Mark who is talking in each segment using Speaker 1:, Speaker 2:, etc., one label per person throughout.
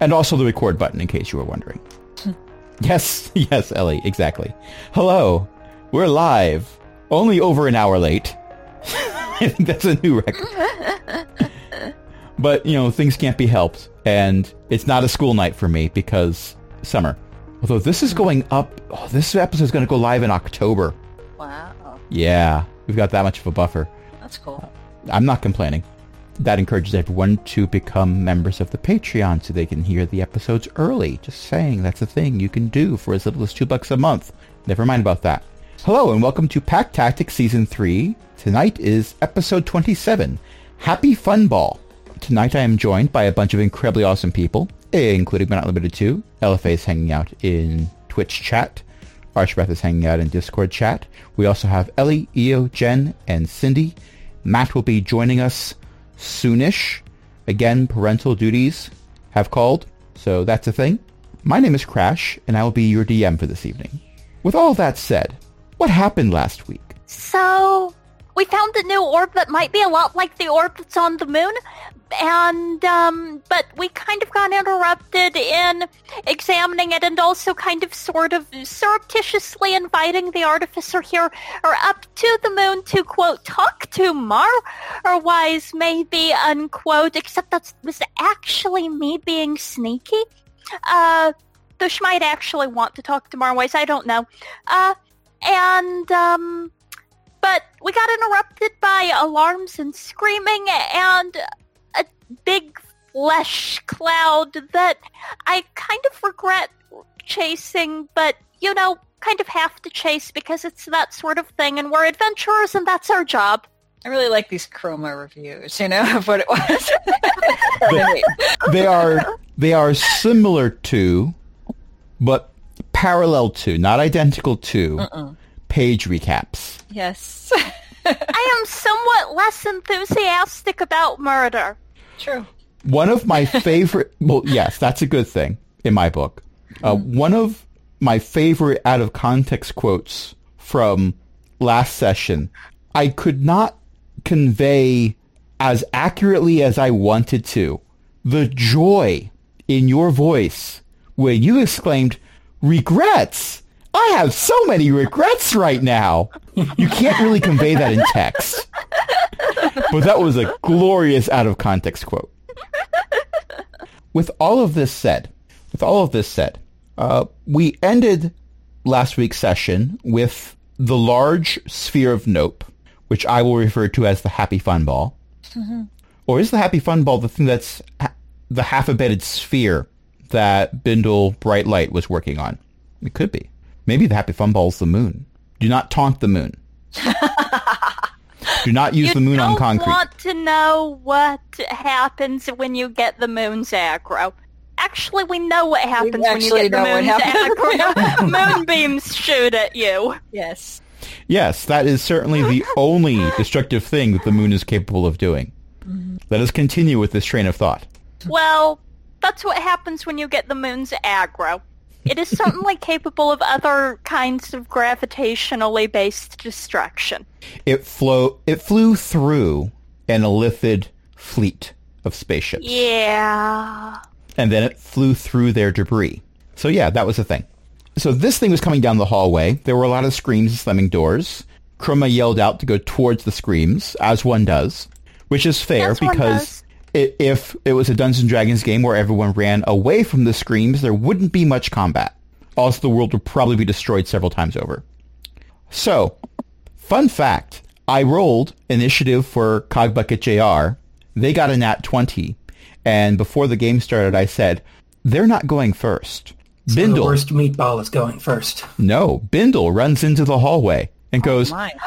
Speaker 1: and also the record button in case you were wondering. yes, yes, Ellie, exactly. Hello, we're live, only over an hour late. I think that's a new record. but you know, things can't be helped, and it's not a school night for me because summer. Although this is going up, oh, this episode is going to go live in October.
Speaker 2: Wow,
Speaker 1: Yeah, we've got that much of a buffer.
Speaker 2: that's cool.
Speaker 1: I'm not complaining. That encourages everyone to become members of the Patreon so they can hear the episodes early. Just saying, that's a thing you can do for as little as two bucks a month. Never mind about that. Hello and welcome to Pack Tactics Season 3. Tonight is episode 27, Happy Fun Ball. Tonight I am joined by a bunch of incredibly awesome people, including but not limited to LFA is hanging out in Twitch chat. Archbeth is hanging out in Discord chat. We also have Ellie, Io, Jen, and Cindy. Matt will be joining us soonish. Again, parental duties have called, so that's a thing. My name is Crash, and I will be your DM for this evening. With all that said, what happened last week?
Speaker 2: So we found the new orb that might be a lot like the orb that's on the moon, and um, but we kind of got interrupted in examining it, and also kind of sort of surreptitiously inviting the artificer here or up to the moon to quote talk to Mar or wise maybe unquote. Except that was actually me being sneaky. Uh, though she might actually want to talk to Marwise, I don't know. Uh, and um, but we got interrupted by alarms and screaming and a big flesh cloud that I kind of regret chasing, but you know, kind of have to chase because it's that sort of thing, and we're adventurers, and that's our job.
Speaker 3: I really like these chroma reviews, you know, of what it was.
Speaker 1: They are they are similar to, but parallel to, not identical to, page recaps.
Speaker 3: yes.
Speaker 2: I am somewhat less enthusiastic about murder.
Speaker 3: True.
Speaker 1: one of my favorite well yes that's a good thing in my book uh, one of my favorite out of context quotes from last session i could not convey as accurately as i wanted to the joy in your voice when you exclaimed regrets i have so many regrets right now you can't really convey that in text but that was a glorious out of context quote with all of this said, with all of this said, uh, we ended last week's session with the large sphere of Nope, which I will refer to as the Happy Fun Ball.
Speaker 2: Mm-hmm.
Speaker 1: Or is the Happy Fun Ball the thing that's ha- the half-embedded sphere that Bindle Bright Light was working on? It could be. Maybe the Happy Fun Ball's the moon. Do not taunt the moon. Do not use
Speaker 2: you
Speaker 1: the moon
Speaker 2: don't
Speaker 1: on concrete.
Speaker 2: want to know what happens when you get the moon's aggro. Actually, we know what happens when you
Speaker 3: actually
Speaker 2: get the
Speaker 3: know what
Speaker 2: moon's
Speaker 3: happens.
Speaker 2: aggro. Moonbeams shoot at you.
Speaker 3: Yes.
Speaker 1: Yes, that is certainly the only destructive thing that the moon is capable of doing. Let us continue with this train of thought.
Speaker 2: Well, that's what happens when you get the moon's aggro. It is certainly capable of other kinds of gravitationally based destruction.
Speaker 1: It flow it flew through an illithid fleet of spaceships.
Speaker 2: Yeah.
Speaker 1: and then it flew through their debris. So yeah, that was the thing. So this thing was coming down the hallway. There were a lot of screams and slamming doors. Chroma yelled out to go towards the screams, as one does, which is fair
Speaker 2: As one
Speaker 1: because
Speaker 2: does.
Speaker 1: i if it was a Dungeons and Dragons game where everyone ran away from the screams, there wouldn't be much combat. Also, the world would probably be destroyed several times over. So, fun fact, I rolled initiative for Cogbucket JR. They got a nat 20. And before the game started, I said, they're not going first.
Speaker 4: The
Speaker 1: Bindle,
Speaker 4: worst meatball is going first.
Speaker 1: no, Bindle runs into the hallway and goes,
Speaker 3: Mine.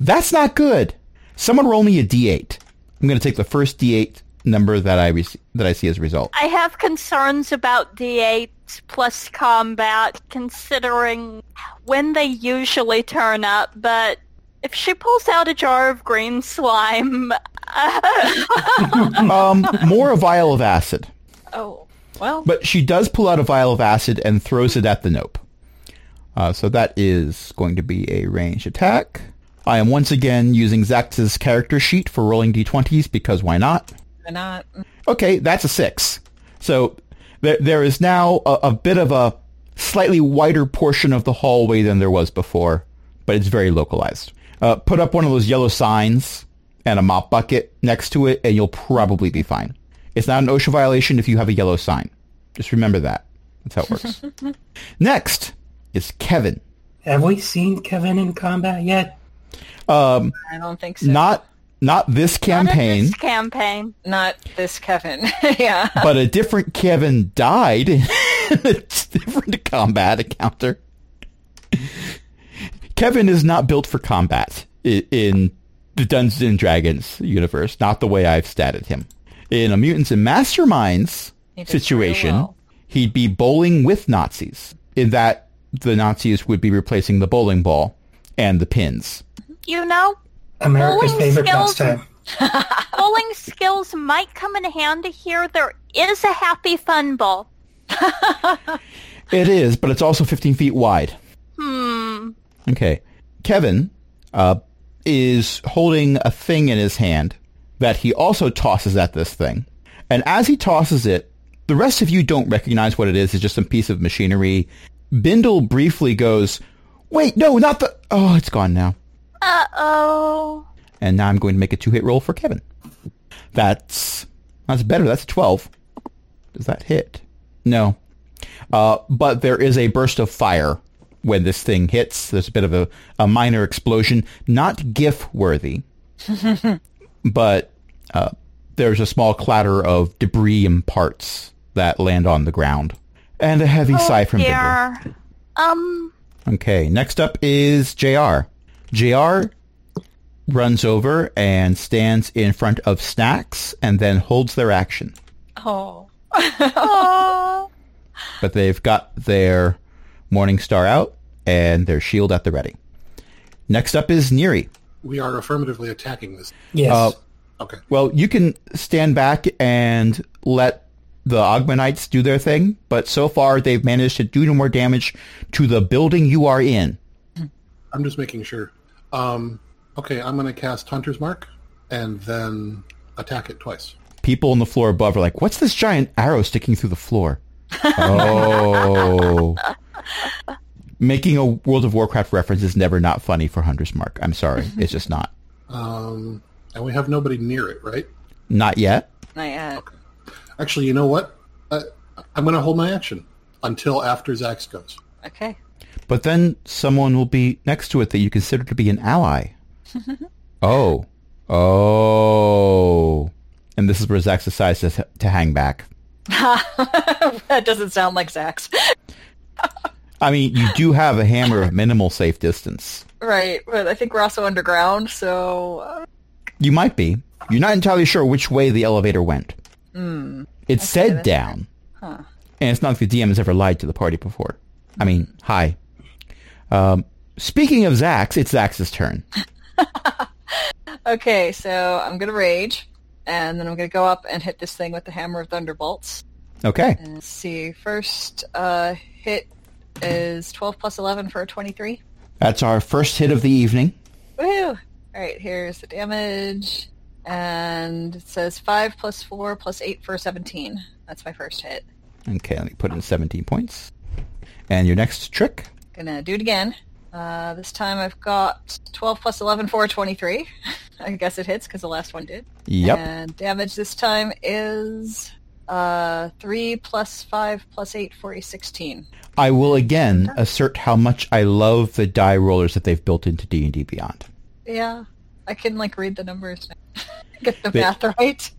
Speaker 1: that's not good. Someone roll me a d8. I'm going to take the first d8 number that I, rece that I see as a result.
Speaker 2: I have concerns about D8 plus combat, considering when they usually turn up, but if she pulls out a jar of green slime,
Speaker 1: Um, more a vial of acid.
Speaker 3: Oh, well,
Speaker 1: But she does pull out a vial of acid and throws it at the nope. Uh, so that is going to be a ranged attack. I am once again using Zax's character sheet for rolling d20s because why not?
Speaker 3: why not?
Speaker 1: Okay, that's a six. So There, there is now a, a bit of a slightly wider portion of the hallway than there was before, but it's very localized. Uh, put up one of those yellow signs and a mop bucket next to it, and you'll probably be fine. It's not an OSHA violation if you have a yellow sign. Just remember that. That's how it works. Next is Kevin.
Speaker 4: Have we seen Kevin in combat yet?
Speaker 3: I don't think so.
Speaker 1: Not not this campaign,
Speaker 2: This campaign.
Speaker 3: Not this Kevin. yeah.
Speaker 1: but a different Kevin died in a different combat encounter. Kevin is not built for combat i- in the Dungeons and Dragons universe, not the way I've statted him. In a Mutants and Masterminds
Speaker 3: He does very
Speaker 1: situation,
Speaker 3: well.
Speaker 1: he'd be bowling with Nazis, in that the Nazis would be replacing the bowling ball and the pins.
Speaker 2: You know,
Speaker 4: America's
Speaker 2: Bowling
Speaker 4: favorite
Speaker 2: skills.
Speaker 4: pastime.
Speaker 2: bowling skills might come in handy here. There is a happy fun ball.
Speaker 1: It is, but it's also 15 feet wide. Hmm. Okay. Kevin uh, is holding a thing in his hand that he also tosses at this thing. And as he tosses it, the rest of you don't recognize what it is. It's just some piece of machinery. Bindle briefly goes, wait, no, not the... Oh, it's gone now.
Speaker 2: Uh oh.
Speaker 1: And now I'm going to make a two-hit roll for Kevin. That's that's better. That's a 12. Does that hit? No. Uh, but there is a burst of fire when this thing hits. There's a bit of a, a minor explosion. Not GIF worthy, but uh, there's a small clatter of debris and parts that land on the ground. And a heavy sigh from Bindle.
Speaker 2: dear. Um.
Speaker 1: Okay, next up is JR. JR runs over and stands in front of Snacks and then holds their action.
Speaker 3: Oh.
Speaker 2: Oh.
Speaker 1: But they've got their Morning Star out and their shield at the ready. Next up is Neri.
Speaker 5: We are affirmatively attacking this.
Speaker 4: Yes.
Speaker 1: Uh,
Speaker 5: Okay.
Speaker 1: Well, you can stand back and let the Ogmanites do their thing, but so far they've managed to do no more damage to the building you are in.
Speaker 5: I'm just making sure. Um, okay, I'm going to cast Hunter's Mark and then attack it twice.
Speaker 1: people on the floor above are like, "What's this giant arrow sticking through the floor?" oh, making a World of Warcraft reference is never not funny for Hunter's Mark. I'm sorry, it's just not.
Speaker 5: Um, and we have nobody near it, right?
Speaker 1: Not yet.
Speaker 3: Not yet.
Speaker 5: Actually, you know what? Uh, I'm going to hold my action until after Zax goes.
Speaker 3: Okay.
Speaker 1: But then someone will be next to it that you consider to be an ally. oh, oh, and this is where Zax decides to, to hang back.
Speaker 3: that doesn't sound like Zach's.
Speaker 1: I mean, you do have a hammer of minimal safe distance.
Speaker 3: right. But I think we're also underground, so uh,
Speaker 1: You might be. You're not entirely sure which way the elevator went. It said down. And it's not like the DM has ever lied to the party before. I mean, hi. Um, speaking of Zax, it's Zax's turn.
Speaker 3: okay. So I'm gonna rage, and then I'm gonna go up and hit this thing with the hammer of thunderbolts.
Speaker 1: Okay.
Speaker 3: And let's see. First uh, hit is 12 plus 11 for a 23.
Speaker 1: That's our first hit of the evening.
Speaker 3: Woo! All right, here's the damage. And it says 5 plus 4 plus 8 for 17. That's my first hit.
Speaker 1: Okay, let me put in 17 points. And your next trick?
Speaker 3: Gonna do it again. Uh, this time I've got 12 plus 11 for a 23. I guess it hits because the last one did.
Speaker 1: Yep.
Speaker 3: And damage this time is uh, 3 plus 5 plus 8 for a 16.
Speaker 1: I will again assert how much I love the die rollers that they've built into D&D Beyond.
Speaker 3: Yeah, I can like read the numbers now. Get the
Speaker 1: They-
Speaker 3: math right.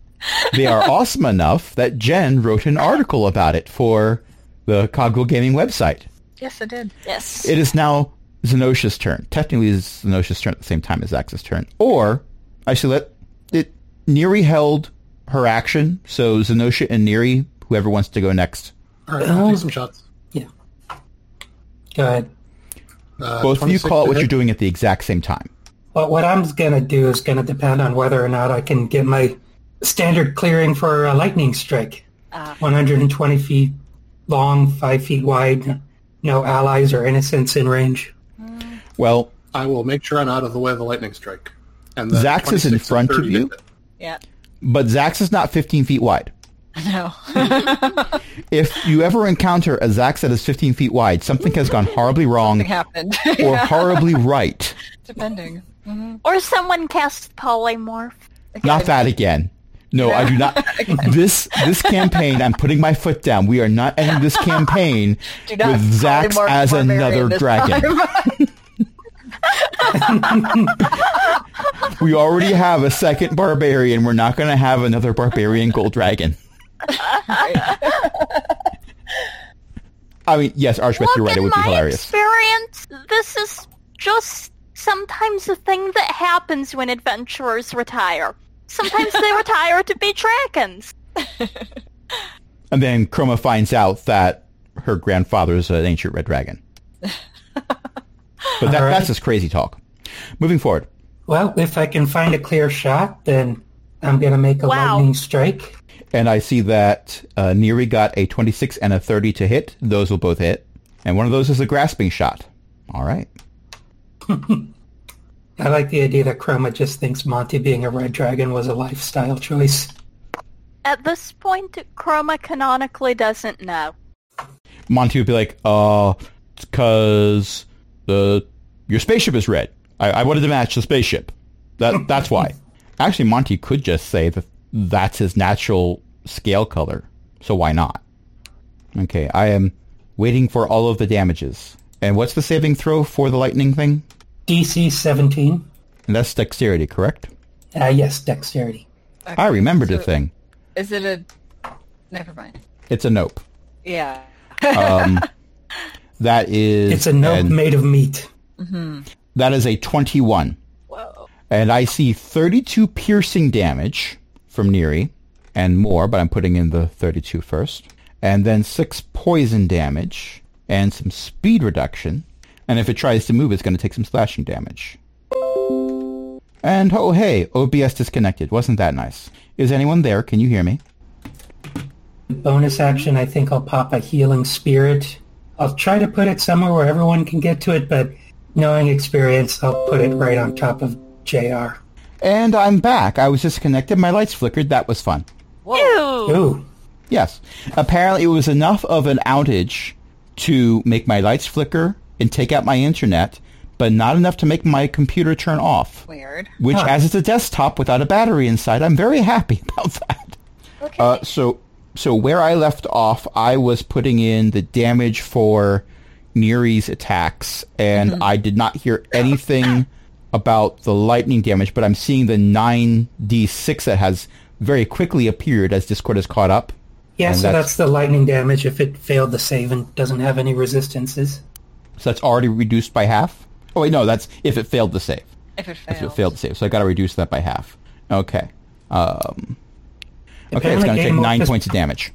Speaker 1: they are awesome enough that Jen wrote an article about it for the Cogwheel Gaming website.
Speaker 3: Yes, I did. Yes.
Speaker 1: It is now Zenosha's turn. Technically, it's Zenosha's turn at the same time as Zax's turn. Or, I should let it. Neri held her action, so Zenosha and Neri, whoever wants to go next.
Speaker 5: All right,
Speaker 1: Oh.
Speaker 5: I'll take some shots.
Speaker 4: yeah. Go ahead.
Speaker 5: Uh,
Speaker 1: Both of you
Speaker 5: 26
Speaker 1: call it
Speaker 5: to
Speaker 1: what
Speaker 5: hit.
Speaker 1: you're doing at the exact same time.
Speaker 4: But what I'm gonna do is gonna depend on whether or not I can get my standard clearing for a lightning strike. 120 feet long, five feet wide, no allies or innocents in range.
Speaker 1: Well,
Speaker 5: I will make sure I'm out of the way of the lightning strike. And the
Speaker 1: Zax is in
Speaker 5: 26 and
Speaker 1: front of
Speaker 5: 30
Speaker 1: you,
Speaker 5: hit.
Speaker 3: Yeah.
Speaker 1: but Zax is not 15 feet wide.
Speaker 3: No.
Speaker 1: If you ever encounter a Zax that is 15 feet wide, something has gone horribly wrong
Speaker 3: Something happened.
Speaker 1: or
Speaker 3: yeah,
Speaker 1: horribly right.
Speaker 3: depending.
Speaker 2: Or someone cast polymorph.
Speaker 1: Not that again. No, I do not. This this campaign, I'm putting my foot down. We are not ending this campaign
Speaker 3: Do not
Speaker 1: with Zax
Speaker 3: polymorph
Speaker 1: as
Speaker 3: barbarian
Speaker 1: another
Speaker 3: this
Speaker 1: dragon. we already have a second barbarian. We're not going to have another barbarian gold dragon. I mean, yes, Archbeth, you're
Speaker 2: Look,
Speaker 1: right. It
Speaker 2: in
Speaker 1: would be
Speaker 2: my
Speaker 1: hilarious.
Speaker 2: experience, this is just sometimes a thing that happens when adventurers retire. Sometimes they retire to be dragons.
Speaker 1: And then Chroma finds out that her grandfather is an ancient red dragon. But that,
Speaker 4: All right.
Speaker 1: that's just crazy talk. Moving forward.
Speaker 4: Well, if I can find a clear shot, then I'm going to make a
Speaker 2: Wow.
Speaker 4: lightning strike.
Speaker 1: And I see that uh, Neri got a 26 and a 30 to hit. Those will both hit. And one of those is a grasping shot. All right.
Speaker 4: I like the idea that Chroma just thinks Monty being a red dragon was a lifestyle choice.
Speaker 2: At this point, Chroma canonically doesn't know.
Speaker 1: Monty would be like, uh, because the your spaceship is red. I, I wanted to match the spaceship. That that's why. Actually, Monty could just say that that's his natural scale color. So why not? Okay, I am waiting for all of the damages. And what's the saving throw for the lightning thing?
Speaker 4: DC 17.
Speaker 1: And that's dexterity, correct?
Speaker 4: Uh, yes, dexterity.
Speaker 1: I remembered the
Speaker 3: so-
Speaker 1: thing.
Speaker 3: Is it a? Never mind.
Speaker 1: It's a nope.
Speaker 3: Yeah.
Speaker 1: That is
Speaker 4: It's a note
Speaker 1: an-
Speaker 4: made of meat.
Speaker 1: that is a twenty-one.
Speaker 3: Whoa.
Speaker 1: And I see 32 piercing damage from Neri and more, but I'm putting in the 32 first. And then 6 poison damage and some speed reduction. And if it tries to move, it's going to take some slashing damage. And oh hey, OBS disconnected. Wasn't that nice? Is anyone there? Can you hear me?
Speaker 4: Bonus action, I think I'll pop a healing spirit. I'll try to put it somewhere where everyone can get to it, but knowing experience, I'll put it right on top of JR.
Speaker 1: And I'm back. I was disconnected. My lights flickered. That was fun.
Speaker 2: Ew!
Speaker 4: Ooh,
Speaker 1: Yes. Apparently, it was enough of an outage to make my lights flicker and take out my internet, but not enough to make my computer turn off.
Speaker 3: Weird.
Speaker 1: Which,
Speaker 4: Huh.
Speaker 1: as it's a desktop without a battery inside, I'm very happy about that.
Speaker 3: Okay.
Speaker 1: Uh, so, so where I left off, I was putting in the damage for Neri's attacks, and I did not hear anything about the lightning damage. But I'm seeing the nine d six that has very quickly appeared as Discord has caught up.
Speaker 4: yeah,
Speaker 1: And
Speaker 4: so
Speaker 1: that's-
Speaker 4: that's... the lightning damage if it failed the save and doesn't have any resistances.
Speaker 1: So that's already reduced by half. Oh wait, no, that's if it failed to save.
Speaker 3: if it
Speaker 1: If
Speaker 3: fails.
Speaker 1: it failed to save, so I got to reduce that by half. Okay. Um, okay, it's
Speaker 4: Apparently
Speaker 1: going to take
Speaker 4: Game Over
Speaker 1: nine
Speaker 4: is-
Speaker 1: points of damage.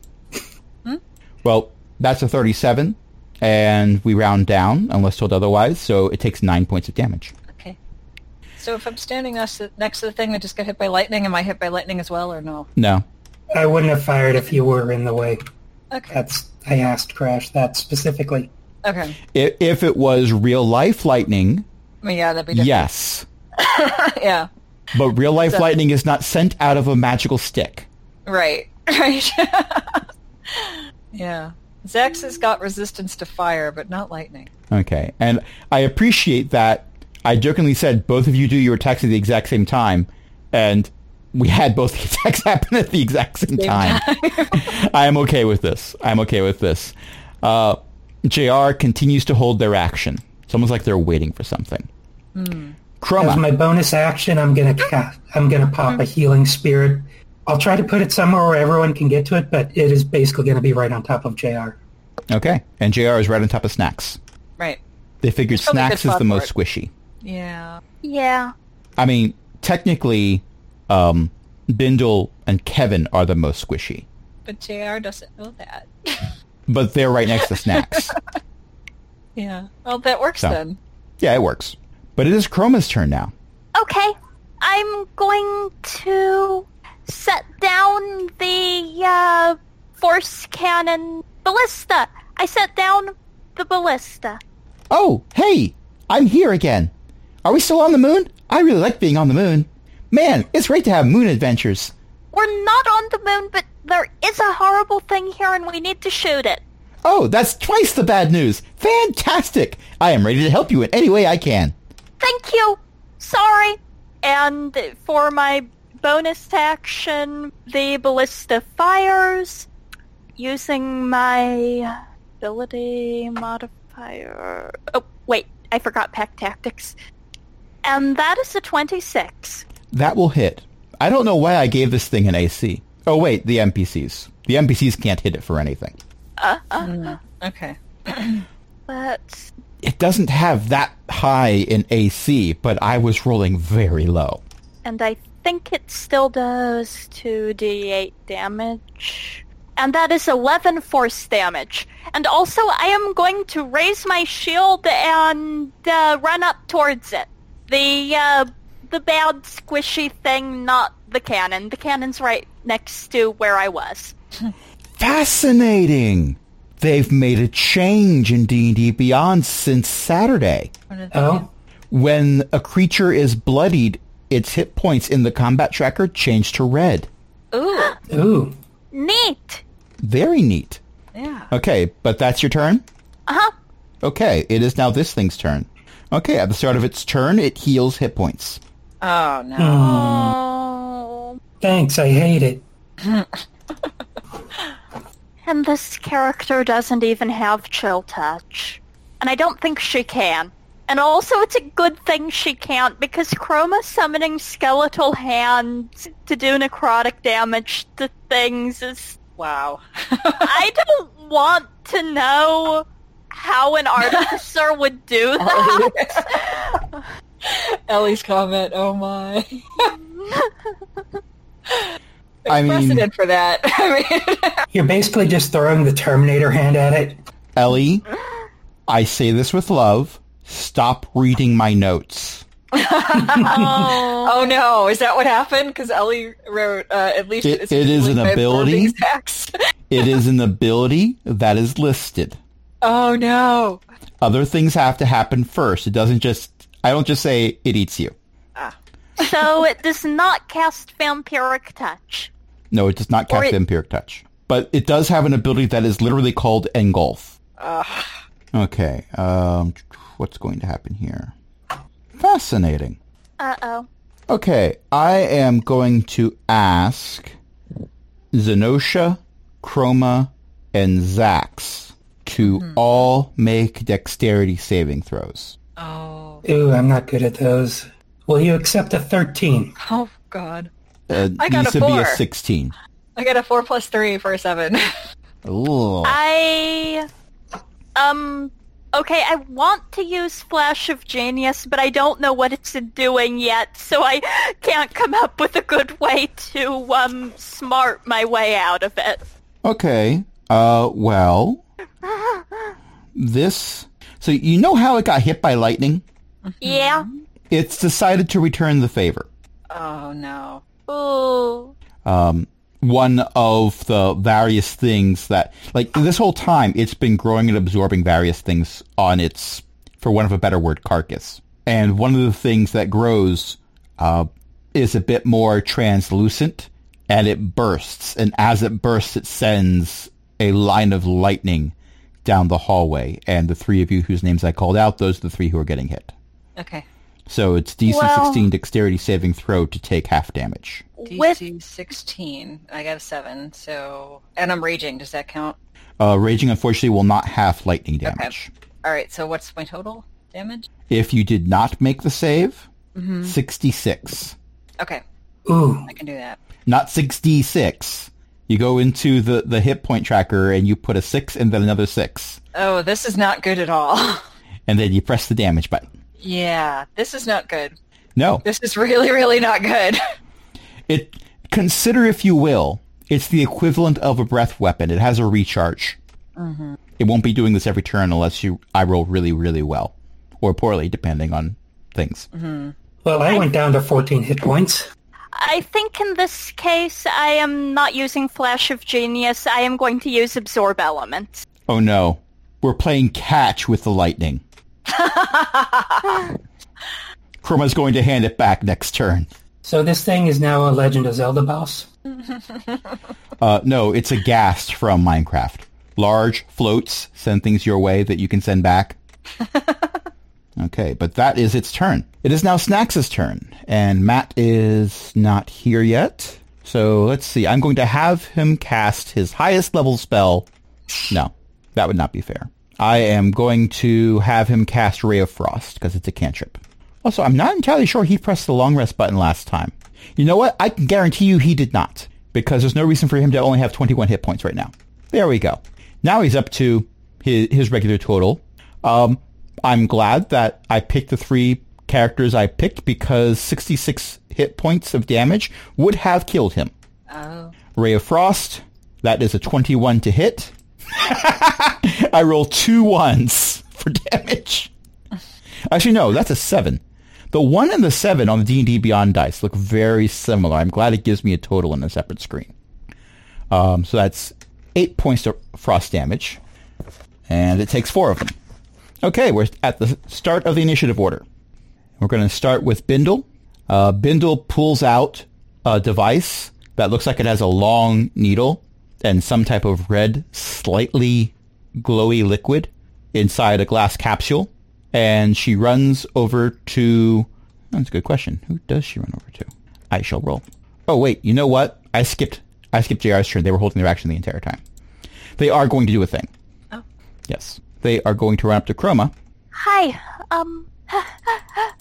Speaker 1: Well, that's a thirty-seven, and we round down unless told otherwise. So it takes nine points of damage.
Speaker 3: Okay. So if I'm standing next to, next to the thing that just got hit by lightning, am I hit by lightning as well or no?
Speaker 1: No,
Speaker 4: I wouldn't have fired if you were in the way.
Speaker 3: Okay.
Speaker 4: That's I asked Crash that specifically.
Speaker 3: Okay.
Speaker 1: if, if it was real life lightning,
Speaker 3: I mean, yeah, that'd be different.
Speaker 1: yes,
Speaker 3: Yeah.
Speaker 1: but real life lightning is not sent out of a magical stick.
Speaker 3: Right. Right. yeah. Zax has got resistance to fire, but not lightning.
Speaker 1: Okay. And I appreciate that I jokingly said both of you do your attacks at the exact same time and we had both the attacks happen at the exact same, time. I am okay with this. I'm okay with this. Uh, JR continues to hold their action. It's almost like they're waiting for something. Chroma.
Speaker 4: As my bonus action, I'm gonna ca- I'm gonna pop a healing spirit. I'll try to put it somewhere where everyone can get to it, but it is basically gonna be right on top of JR.
Speaker 1: okay. And JR is right on top of Snacks.
Speaker 3: Right.
Speaker 1: They figured
Speaker 3: probably a good
Speaker 1: Snacks is
Speaker 3: spot
Speaker 1: the
Speaker 3: for
Speaker 1: most
Speaker 3: it.
Speaker 1: squishy.
Speaker 3: Yeah.
Speaker 2: Yeah.
Speaker 1: I mean, technically, um, Bindle and Kevin are the most squishy.
Speaker 3: But JR doesn't know that.
Speaker 1: But they're right next to Snacks.
Speaker 3: Yeah. Well, that works
Speaker 1: So.
Speaker 3: then.
Speaker 1: Yeah, it works. But it is Chroma's turn now.
Speaker 2: Okay, I'm going to set down the uh, force cannon ballista. I set down the ballista.
Speaker 1: Oh, hey, I'm here again. Are we still on the moon? I really like being on the moon. Man, it's great to have moon adventures.
Speaker 2: We're not on the moon, but there is a horrible thing here and we need to shoot it.
Speaker 1: Oh, that's twice the bad news. Fantastic. I am ready to help you in any way I can.
Speaker 2: Thank you. Sorry. And for my bonus action, the ballista fires using my ability modifier. Oh, wait. I forgot pack tactics. And that is a 26.
Speaker 1: That will hit. I don't know why I gave this thing an AC. Oh, wait, the NPCs. The NPCs can't hit it for anything.
Speaker 2: Uh, uh,
Speaker 3: Okay.
Speaker 2: let's
Speaker 1: It doesn't have that high in AC, but I was rolling very low.
Speaker 2: and I think it still does 2d8 damage. And that is 11 force damage. And also, I am going to raise my shield and uh, run up towards it. The uh, the bad squishy thing, not the cannon. The cannon's right next to where I was.
Speaker 1: Fascinating. They've made a change in D&D Beyond since Saturday.
Speaker 4: Oh,
Speaker 1: When a creature is bloodied, its hit points in the combat tracker change to red.
Speaker 3: Ooh.
Speaker 4: ooh.
Speaker 2: Neat.
Speaker 1: Very neat.
Speaker 3: Yeah.
Speaker 1: Okay, but that's your turn?
Speaker 2: Uh huh.
Speaker 1: Okay, it is now this thing's turn. Okay, at the start of its turn, it heals hit points.
Speaker 3: Oh no.
Speaker 2: Oh.
Speaker 4: Thanks, I hate it.
Speaker 2: And this character doesn't even have chill touch. And I don't think she can. And also it's a good thing she can't because Chroma summoning skeletal hands to do necrotic damage to things is...
Speaker 3: Wow.
Speaker 2: I don't want to know how an artificer would do that.
Speaker 3: Ellie's comment. Oh my.
Speaker 1: I mean-
Speaker 3: precedent for that. I mean,
Speaker 4: You're basically just throwing the Terminator hand at it.
Speaker 1: Ellie, I say this with love. Stop reading my notes.
Speaker 2: Oh.
Speaker 3: oh no, is that what happened? Because Ellie wrote uh, at least
Speaker 1: It-
Speaker 3: it's
Speaker 1: it is an
Speaker 3: by
Speaker 1: ability.
Speaker 3: absorbing sex.
Speaker 1: It is an ability that is listed.
Speaker 3: oh no.
Speaker 1: Other things have to happen first. It doesn't just, I don't just say it eats you.
Speaker 2: so it does not cast vampiric touch.
Speaker 1: No, it does not cast
Speaker 2: it-
Speaker 1: Empiric Touch. But it does have an ability that is literally called Engulf. Okay, um, what's going to happen here? Fascinating.
Speaker 2: Uh-oh.
Speaker 1: Okay, I am going to ask Zenosha, Chroma, and Zax to
Speaker 3: Hmm.
Speaker 1: all make dexterity saving throws.
Speaker 3: Oh.
Speaker 4: Ooh, I'm not good at those. Will you accept a 13?
Speaker 3: Oh god.
Speaker 1: Uh,
Speaker 3: I got a
Speaker 1: needs to be a
Speaker 3: four.
Speaker 1: 16.
Speaker 3: I got a four plus three for a seven.
Speaker 1: Ooh.
Speaker 2: I um okay, I want to use Flash of Genius, but I don't know what it's doing yet, so I can't come up with a good way to um smart my way out of it.
Speaker 1: Okay, uh, well, this... So you know how it got hit by lightning?
Speaker 2: Yeah.
Speaker 1: It's decided to return the favor.
Speaker 3: oh no.
Speaker 2: Ooh.
Speaker 1: one of the various things that like this whole time it's been growing and absorbing various things on its for want of a better word carcass and one of the things that grows uh, is a bit more translucent and it bursts and as it bursts it sends a line of lightning down the hallway and the three of you whose names i called out those are the three who are getting hit
Speaker 3: Okay.
Speaker 1: so it's dc
Speaker 2: Well-
Speaker 1: 16 dexterity saving throw to take half damage
Speaker 2: With
Speaker 3: DC sixteen. I got a seven, so and I'm raging, does that count?
Speaker 1: uh, raging unfortunately will not have lightning damage
Speaker 3: Alright, so what's my total damage?
Speaker 1: If you did not make the save, 66.
Speaker 3: Okay,
Speaker 4: Ooh,
Speaker 3: I can do that.
Speaker 1: Not 66. You go into the, the hit point tracker and you put a 6 and then another 6.
Speaker 3: Oh, this is not good at all.
Speaker 1: And then you press the damage button.
Speaker 3: yeah, this is not good.
Speaker 1: No.
Speaker 3: This is really, really not good.
Speaker 1: It Consider, if you will, it's the equivalent of a breath weapon. It has a recharge. It won't be doing this every turn unless you I roll really, really well. Or poorly, depending on things.
Speaker 4: well, I went down to 14 hit points.
Speaker 2: I think in this case I am not using Flash of Genius. I am going to use Absorb Element.
Speaker 1: Oh no. We're playing catch with the lightning. Chroma's going to hand it back next turn.
Speaker 4: So this thing is now a Legend of Zelda boss.
Speaker 1: Uh, no, it's a ghast from Minecraft. Large floats send things your way that you can send back. okay, but that is its turn. It is now Snacks's turn, and Matt is not here yet. So let's see. I'm going to have him cast his highest level spell. No, that would not be fair. I am going to have him cast Ray of Frost because it's a cantrip. Also, I'm not entirely sure he pressed the long rest button last time. You know what? I can guarantee you he did not because there's no reason for him to only have 21 hit points right now. There we go. Now he's up to his, his regular total. Um, I'm glad that I picked the three characters I picked because 66 hit points of damage would have killed him.
Speaker 3: Oh.
Speaker 1: Ray of Frost, that is a 21 to hit. I roll two ones for damage. Actually, no, that's a seven. The one and the seven on the D&D Beyond dice look very similar. I'm glad it gives me a total in a separate screen. Um, so that's eight points of frost damage, and it takes four of them. Okay, we're at the start of the initiative order. We're going to start with Bindle. Uh, Bindle pulls out a device that looks like it has a long needle and some type of red, slightly glowy liquid inside a glass capsule. And she runs over to. That's a good question. Who does she run over to? I shall roll. Oh wait, you know what? I skipped. I skipped JR's turn. They were holding their action the entire time. They are going to do a thing.
Speaker 3: Oh.
Speaker 1: Yes, they are going to run up to Chroma
Speaker 2: Hi. Um.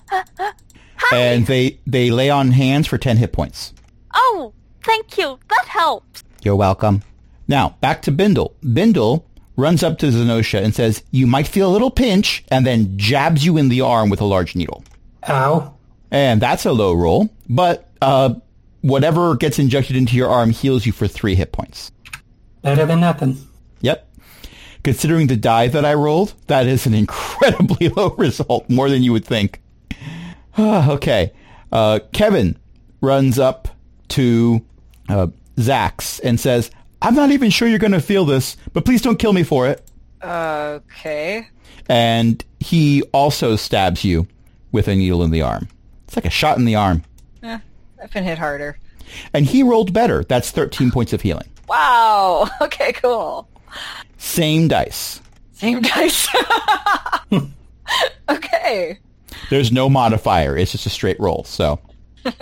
Speaker 2: Hi.
Speaker 1: and they they lay on hands for 10 hit points.
Speaker 2: oh, thank you. That helps.
Speaker 1: You're welcome. Now, back to Bindle. Bindle runs up to Zenosha and says, "You might feel a little pinch," and then jabs you in the arm with a large needle.
Speaker 4: Ow.
Speaker 1: And that's a low roll, but uh, whatever gets injected into your arm heals you for 3 hit points.
Speaker 4: Better than nothing.
Speaker 1: Yep. Considering the die that I rolled, that is an incredibly low result, more than you would think. okay. Uh, Kevin runs up to uh, Zax and says, I'm not even sure you're going to feel this, but please don't kill me for it.
Speaker 3: Okay.
Speaker 1: And he also stabs you with a needle in the arm. It's like a shot in the arm.
Speaker 3: Eh, I've been hit harder.
Speaker 1: And he rolled better. That's 13 points of healing.
Speaker 3: Wow. Okay, cool.
Speaker 1: Same dice.
Speaker 3: Same dice. okay.
Speaker 1: There's no modifier. It's just a straight roll. So.
Speaker 3: Well,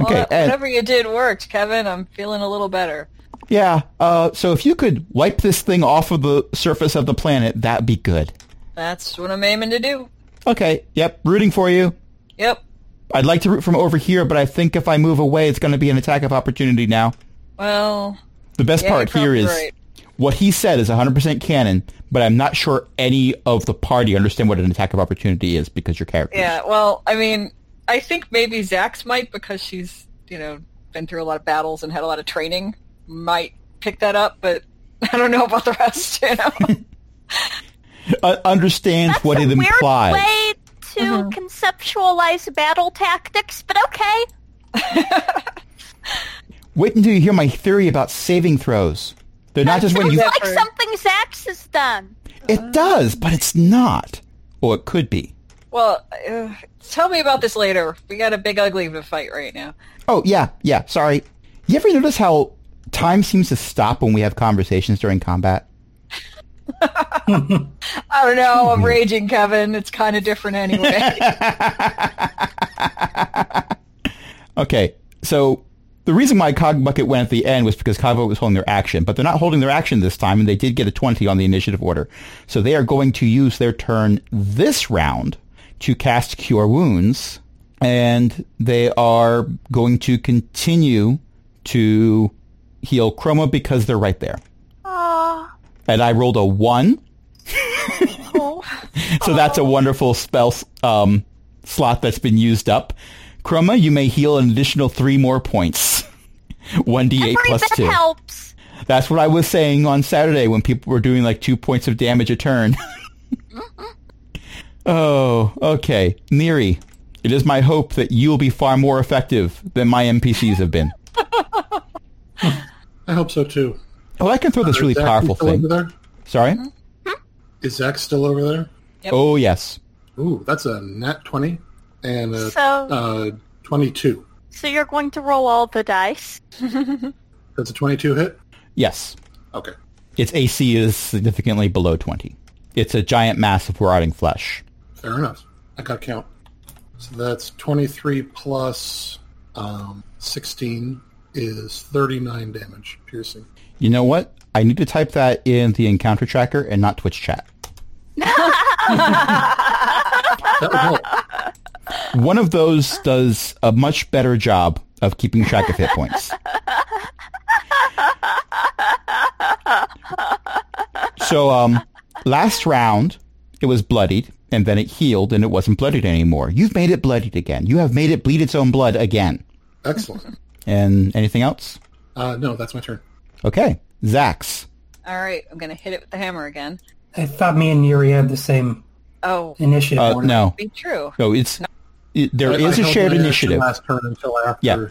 Speaker 1: Okay,
Speaker 3: that-
Speaker 1: and-
Speaker 3: whatever you did worked, Kevin. I'm feeling a little better.
Speaker 1: Yeah. Uh, so if you could wipe this thing off of the surface of the planet, that'd be good.
Speaker 3: That's what I'm aiming to do.
Speaker 1: Okay. Yep. Rooting for you.
Speaker 3: Yep.
Speaker 1: I'd like to root from over here, but I think if I move away, it's going to be an attack of opportunity now.
Speaker 3: Well,
Speaker 1: The best
Speaker 3: Yeah,
Speaker 1: part here
Speaker 3: you're
Speaker 1: is
Speaker 3: probably right.
Speaker 1: what he said is 100% canon, but I'm not sure any of the party understand what an attack of opportunity is because your character.
Speaker 3: yeah. Well, I mean, I think maybe Zax might because she's you know been through a lot of battles and had a lot of training. Might pick that up, but I don't know about the rest. You know.
Speaker 1: Uh, understands
Speaker 2: That's
Speaker 1: what
Speaker 2: a
Speaker 1: it
Speaker 2: weird
Speaker 1: implies.
Speaker 2: way to conceptualize battle tactics, but okay.
Speaker 1: Wait until you hear my theory about saving throws. They're not just when
Speaker 2: Sounds
Speaker 1: you
Speaker 2: like
Speaker 3: Zephyr.
Speaker 2: something Zax has done.
Speaker 1: It does, but it's not. Or it could be.
Speaker 3: well, uh, tell me about this later. We got a big ugly to fight right now.
Speaker 1: Oh, yeah, yeah, sorry. You ever notice how time seems to stop when we have conversations during combat?
Speaker 3: I don't know.
Speaker 1: Hmm.
Speaker 3: I'm raging, Kevin. It's kind of different anyway.
Speaker 1: Okay, so the reason why Cogbucket went at the end was because Cogbucket was holding their action, but they're not holding their action this time, and they did get a 20 on the initiative order. So they are going to use their turn this round to cast Cure Wounds, and they are going to continue to heal Chroma because they're right there.
Speaker 2: Oh,
Speaker 1: and I rolled a one. so that's a wonderful spell s- um, slot that's been used up. Chroma, you may heal an additional three more points. 1d8
Speaker 2: Every
Speaker 1: plus
Speaker 2: bit
Speaker 1: 2.
Speaker 2: helps.
Speaker 1: That's what I was saying on Saturday when people were doing like two points of damage a turn. oh, okay. Neri, it is my hope that you'll be far more effective than my NPCs have been.
Speaker 5: I hope so too.
Speaker 1: Oh, I can throw this
Speaker 5: Is
Speaker 1: really
Speaker 5: Zach
Speaker 1: powerful
Speaker 5: still Over
Speaker 1: thing.
Speaker 5: there?
Speaker 1: Sorry?
Speaker 5: Is Zach still over there?
Speaker 1: Oh, yes.
Speaker 5: Ooh, that's a nat 20 and a
Speaker 2: So-
Speaker 5: uh, 22.
Speaker 2: So you're going to roll all the dice.
Speaker 5: That's a 22 hit?
Speaker 1: Yes.
Speaker 5: Okay.
Speaker 1: Its AC is significantly below 20. It's a giant mass of rotting flesh.
Speaker 5: Fair enough. I got to count. So that's 23 plus um, 16 is 39 damage piercing.
Speaker 1: You know what? I need to type that in the encounter tracker and not Twitch chat.
Speaker 5: That would help.
Speaker 1: One of those does a much better job of keeping track of hit points. So, um, last round, it was bloodied, and then it healed, and it wasn't bloodied anymore. You've made it bloodied again. You have made it bleed its own blood again.
Speaker 5: Excellent.
Speaker 1: And anything else?
Speaker 5: Uh, no, that's my turn.
Speaker 1: Okay. Zax.
Speaker 3: All right, I'm gonna hit it with the hammer again.
Speaker 4: I thought me and Yuri had the same
Speaker 3: Oh,
Speaker 4: initiative.
Speaker 1: Uh,
Speaker 4: order.
Speaker 1: no.
Speaker 3: be true.
Speaker 1: No, it's... It, there
Speaker 5: I-
Speaker 1: is
Speaker 5: I
Speaker 1: a
Speaker 5: held
Speaker 1: shared
Speaker 5: my action
Speaker 1: initiative.
Speaker 5: Last turn until after.
Speaker 1: Yeah.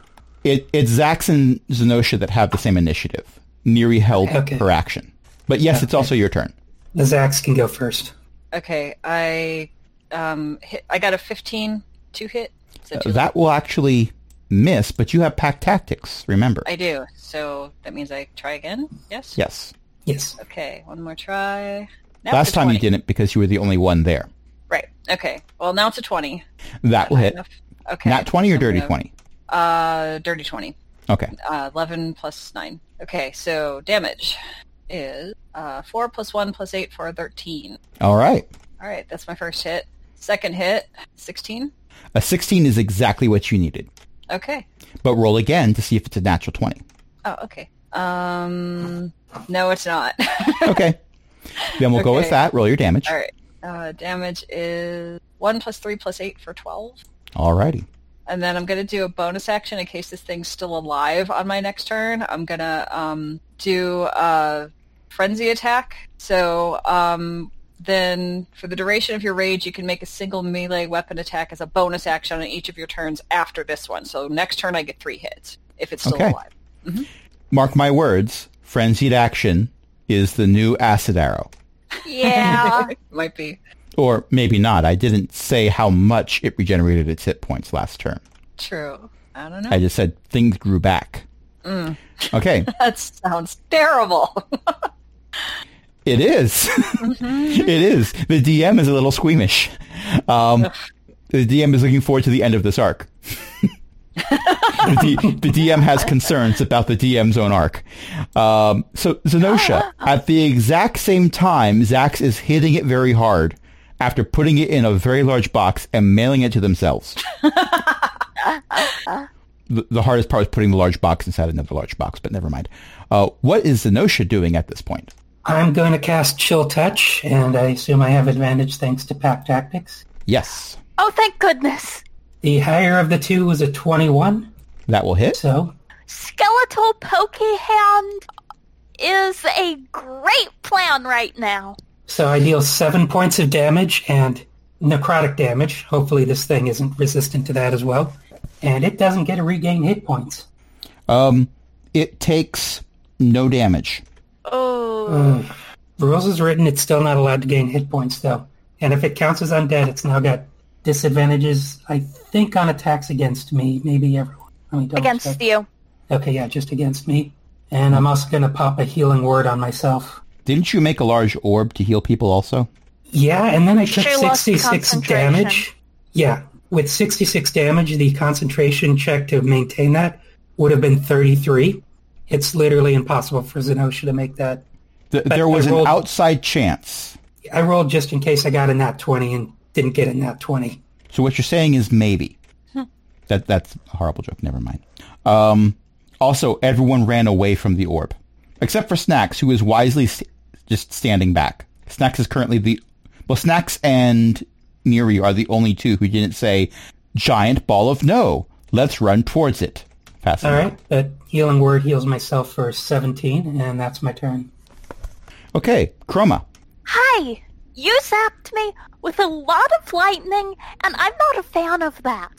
Speaker 1: It, it's Zax and Zenosha that have the same initiative. Neri held
Speaker 4: Okay.
Speaker 1: her action. But yes, it's also your turn.
Speaker 4: The Zax can go first.
Speaker 3: Okay, I um hit, I got a 15 to hit. So two,
Speaker 1: That will actually miss, but you have pack tactics, remember.
Speaker 3: I do. So that means I try again. Yes.
Speaker 1: yes.
Speaker 4: Yes.
Speaker 3: Okay, one more try. Now
Speaker 1: Last
Speaker 3: it's a
Speaker 1: time
Speaker 3: 20.
Speaker 1: you didn't because you were the only one there.
Speaker 3: Right. Okay. Well, now it's a 20.
Speaker 1: That will hit.
Speaker 3: Enough. Okay.
Speaker 1: Nat 20 or
Speaker 3: I'm
Speaker 1: dirty
Speaker 3: gonna-
Speaker 1: 20?
Speaker 3: Uh, dirty 20.
Speaker 1: Okay.
Speaker 3: Uh, 11 plus 9. Okay, so damage is uh, 4 plus 1 plus 8 for a 13.
Speaker 1: All right.
Speaker 3: All right, that's my first hit. Second hit, 16.
Speaker 1: A 16 is exactly what you needed.
Speaker 3: Okay.
Speaker 1: But roll again to see if it's a natural 20.
Speaker 3: Oh, okay. Um, no, it's not.
Speaker 1: Okay. then we'll go with
Speaker 3: Okay.
Speaker 1: that. Roll your damage.
Speaker 3: All right. Uh, damage is 1 plus 3 plus 8 for 12.
Speaker 1: All righty.
Speaker 3: And then I'm going to do a bonus action in case this thing's still alive on my next turn. I'm going to um, do a frenzy attack. So um, then for the duration of your rage, you can make a single melee weapon attack as a bonus action on each of your turns after this one. So next turn, I get three hits if it's still
Speaker 1: Okay.
Speaker 3: alive.
Speaker 1: Mark my words. Frenzied action is the new acid arrow.
Speaker 2: Yeah.
Speaker 3: Might be
Speaker 1: Or maybe not. I didn't say how much it regenerated its hit points last turn.
Speaker 3: true. I don't know.
Speaker 1: I just said things grew back. Okay,
Speaker 3: that sounds terrible.
Speaker 1: it is. it is. The DM is a little squeamish. Um, the DM is looking forward to the end of this arc. the, D- the DM has concerns about the DM's own arc. Um, so Zenosha, at the exact same time, Zax is hitting it very hard after putting it in a very large box and mailing it to themselves. the, the hardest part is putting the large box inside another large box, but never mind. Uh, what is Zenosha doing at this point?
Speaker 4: I'm going to cast Chill Touch, and I assume I have advantage thanks to Pack Tactics.
Speaker 1: Yes,
Speaker 2: oh, thank goodness.
Speaker 4: The higher of the two was a 21,
Speaker 1: that will hit.
Speaker 4: so
Speaker 2: Skeletal Pokey Hand is a great plan right now.
Speaker 4: so I deal seven points of damage and necrotic damage. Hopefully, this thing isn't resistant to that as well, and it doesn't get to regain hit points.
Speaker 1: Um, it takes no damage.
Speaker 2: Oh,
Speaker 4: The rules is written; it's still not allowed to gain hit points though, and if it counts as undead, it's now got disadvantages. I think on attacks against me, maybe everyone. Let me double check.
Speaker 2: against you.
Speaker 4: Okay, yeah, just against me. And I'm also going to pop a healing word on myself.
Speaker 1: Didn't you make a large orb to heal people also?
Speaker 4: Yeah, and then I took
Speaker 2: She lost
Speaker 4: 66
Speaker 2: concentration.
Speaker 4: damage. Yeah, with 66 damage, the concentration check to maintain that would have been 33. It's literally impossible for Zenosha to make that.
Speaker 1: Th- there was
Speaker 4: I
Speaker 1: an
Speaker 4: rolled-
Speaker 1: outside chance.
Speaker 4: I rolled just in case I got a nat 20 and didn't get a nat 20.
Speaker 1: So what you're saying is maybe. that that's a horrible joke. Never mind. Um, also, everyone ran away from the orb, except for Snacks, who is wisely st- just standing back. Snacks is currently the well. Snacks and Neri are the only two who didn't say "giant ball of no." Let's run towards it.
Speaker 4: All
Speaker 1: Fascinating.
Speaker 4: right, that healing word heals myself for 17, and that's my turn.
Speaker 1: Okay, Chroma.
Speaker 2: Hi, you zapped me with a lot of lightning, and I'm not a fan of that.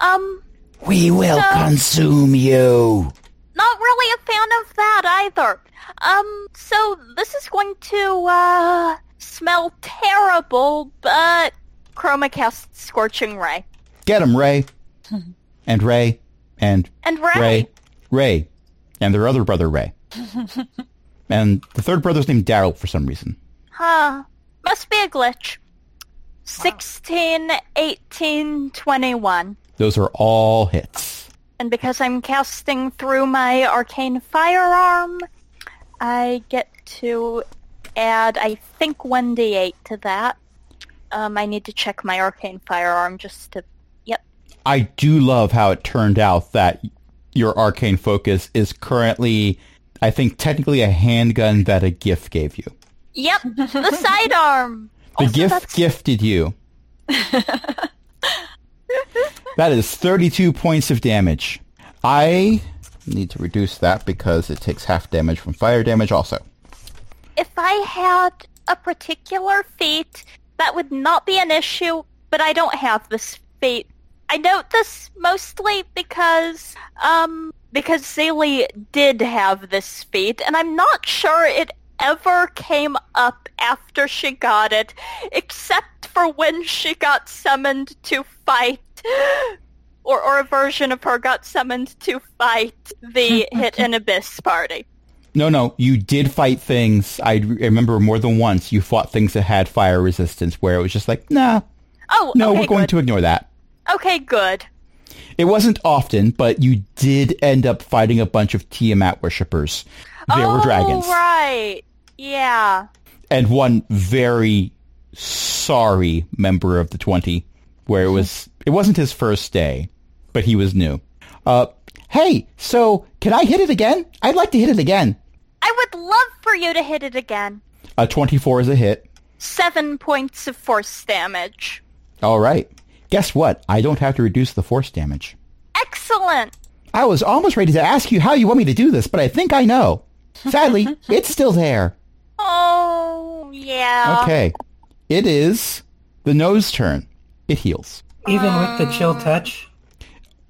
Speaker 2: Um,
Speaker 1: We will
Speaker 2: So-
Speaker 1: consume you.
Speaker 2: not really a fan of that either. Um, so this is going to, uh, smell terrible, but Chroma casts Scorching Ray.
Speaker 1: Get him, Ray. and Ray and
Speaker 2: And Ray.
Speaker 1: Ray, Ray, and their other brother Ray. and the third brother's named Daryl for some reason.
Speaker 2: Huh. Must be a glitch. 16, 18, 21.
Speaker 1: Those are all hits.
Speaker 2: And because I'm casting through my arcane firearm, I get to add, I think, 1d8 to that. Um, I need to check my arcane firearm just to... Yep.
Speaker 1: I do love how it turned out that your arcane focus is currently, I think, technically a handgun that a gift gave you.
Speaker 2: Yep, the sidearm!
Speaker 1: The
Speaker 2: Also,
Speaker 1: gift
Speaker 2: that's-
Speaker 1: gifted you. that is 32 points of damage. I need to reduce that because it takes half damage from fire damage also.
Speaker 2: If I had a particular feat, that would not be an issue, but I don't have this feat. I note this mostly because, um, because Zaylee did have this feat, and I'm not sure it ever came up after she got it, except for when she got summoned to fight, or, or a version of her got summoned to fight the
Speaker 1: Hmm,
Speaker 2: Hit and Abyss party.
Speaker 1: No, no, you did fight things. I remember more than once you fought things that had fire resistance where it was just like, nah,
Speaker 2: Oh,
Speaker 1: no,
Speaker 2: okay,
Speaker 1: we're going
Speaker 2: good.
Speaker 1: to ignore that.
Speaker 2: Okay, good.
Speaker 1: It wasn't often, but you did end up fighting a bunch of Tiamat worshippers. They
Speaker 2: oh,
Speaker 1: were dragons.
Speaker 2: right. Yeah.
Speaker 1: And one very sorry member of the 20, where it was, it wasn't his first day, but he was new. Uh, hey, so can I hit it again? I'd like to hit it again.
Speaker 2: I would love for you to hit it again.
Speaker 1: A 24 is a hit.
Speaker 2: Seven points of force damage.
Speaker 1: All right. Guess what? I don't have to reduce the force damage.
Speaker 2: Excellent.
Speaker 1: I was almost ready to ask you how you want me to do this, but I think I know. Sadly, it's still there.
Speaker 2: Oh, yeah.
Speaker 1: Okay. It is the nose turn. It heals.
Speaker 4: Even with the chill touch,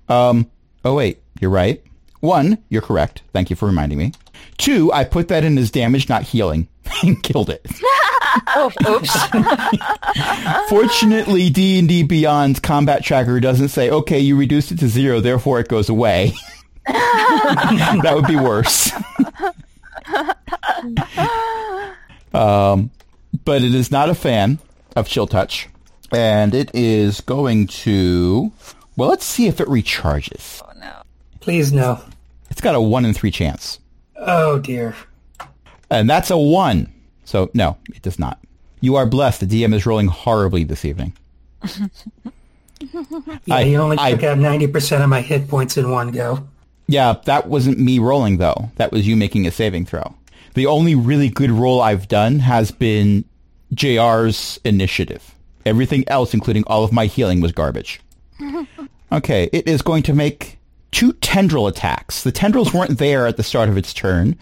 Speaker 1: Um, oh wait, you're right. One, you're correct. Thank you for reminding me. Two, I put that in as damage, not healing, and killed it.
Speaker 3: Oh, oops.
Speaker 1: Fortunately, D&D Beyond Combat Tracker doesn't say, okay, you reduced it to zero, therefore it goes away. that would be worse. um, but it is not a fan of Chill Touch. And it is going to... Well, let's see if it recharges.
Speaker 3: oh, no.
Speaker 4: please no.
Speaker 1: It's got a 1 in 3 chance.
Speaker 4: Oh dear.
Speaker 1: And that's a 1. So, no, it does not. You are blessed. The DM is rolling horribly this evening.
Speaker 4: Yeah,
Speaker 1: I-
Speaker 4: he only
Speaker 1: I-
Speaker 4: took out ninety percent of my hit points in one go.
Speaker 1: Yeah, that wasn't me rolling though. That was you making a saving throw. The only really good roll I've done has been JR's initiative. Everything else, including all of my healing, was garbage. Okay, it is going to make two tendril attacks. The tendrils weren't there at the start of its turn,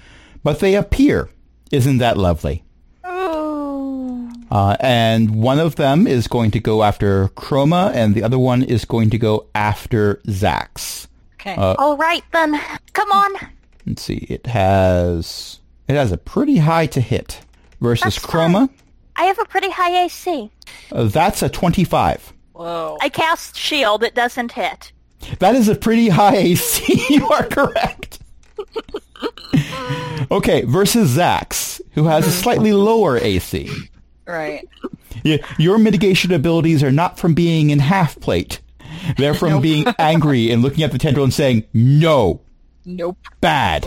Speaker 1: but they appear. Isn't that lovely?
Speaker 2: Ooh.
Speaker 1: Uh, and one of them is going to go after Chroma, and the other one is going to go after Zax.
Speaker 3: Okay.
Speaker 1: Uh,
Speaker 2: All right, then. Come on.
Speaker 1: Let's see. It has it has a pretty high to hit versus
Speaker 2: That's
Speaker 1: Chroma.
Speaker 2: I have a pretty high AC.
Speaker 1: Uh, that's a 25.
Speaker 3: Whoa.
Speaker 2: I cast shield. It doesn't hit.
Speaker 1: That is a pretty high AC. you are correct. okay, versus Zax, who has a slightly lower AC.
Speaker 3: right.
Speaker 1: Y- Your mitigation abilities are not from being in half plate. They're from being angry and looking at the tendril and saying, no,
Speaker 3: Nope.
Speaker 1: bad.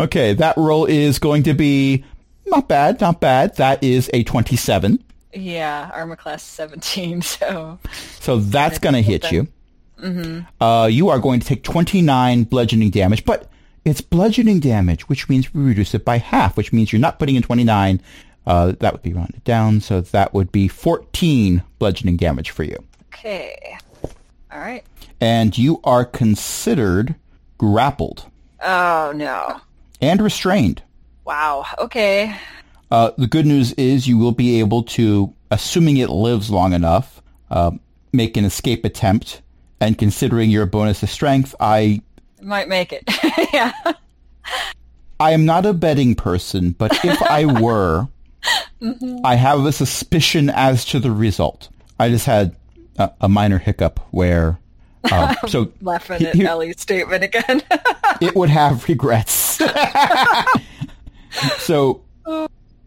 Speaker 1: okay, that roll is going to be not bad, not bad. That is a 27.
Speaker 3: Yeah, armor class 17, so
Speaker 1: So that's going to hit you. Uh, you are going to take 29 bludgeoning damage, but it's bludgeoning damage, which means we reduce it by half, which means you're not putting in 29. Uh, that would be rounded down, so that would be 14 bludgeoning damage for you.
Speaker 3: okay. All right.
Speaker 1: And you are considered grappled
Speaker 3: Oh no.
Speaker 1: and restrained.
Speaker 3: Wow. Okay.
Speaker 1: Uh, the good news is you will be able to, assuming it lives long enough, uh, make an escape attempt. And considering your bonus of strength, I
Speaker 3: Might make it. yeah.
Speaker 1: I am not a betting person, but if I were, I have a suspicion as to the result. I just had a, a minor hiccup where. Uh, so
Speaker 3: Laughing
Speaker 1: he-
Speaker 3: at
Speaker 1: he-
Speaker 3: Ellie's statement again.
Speaker 1: it would have regrets. so,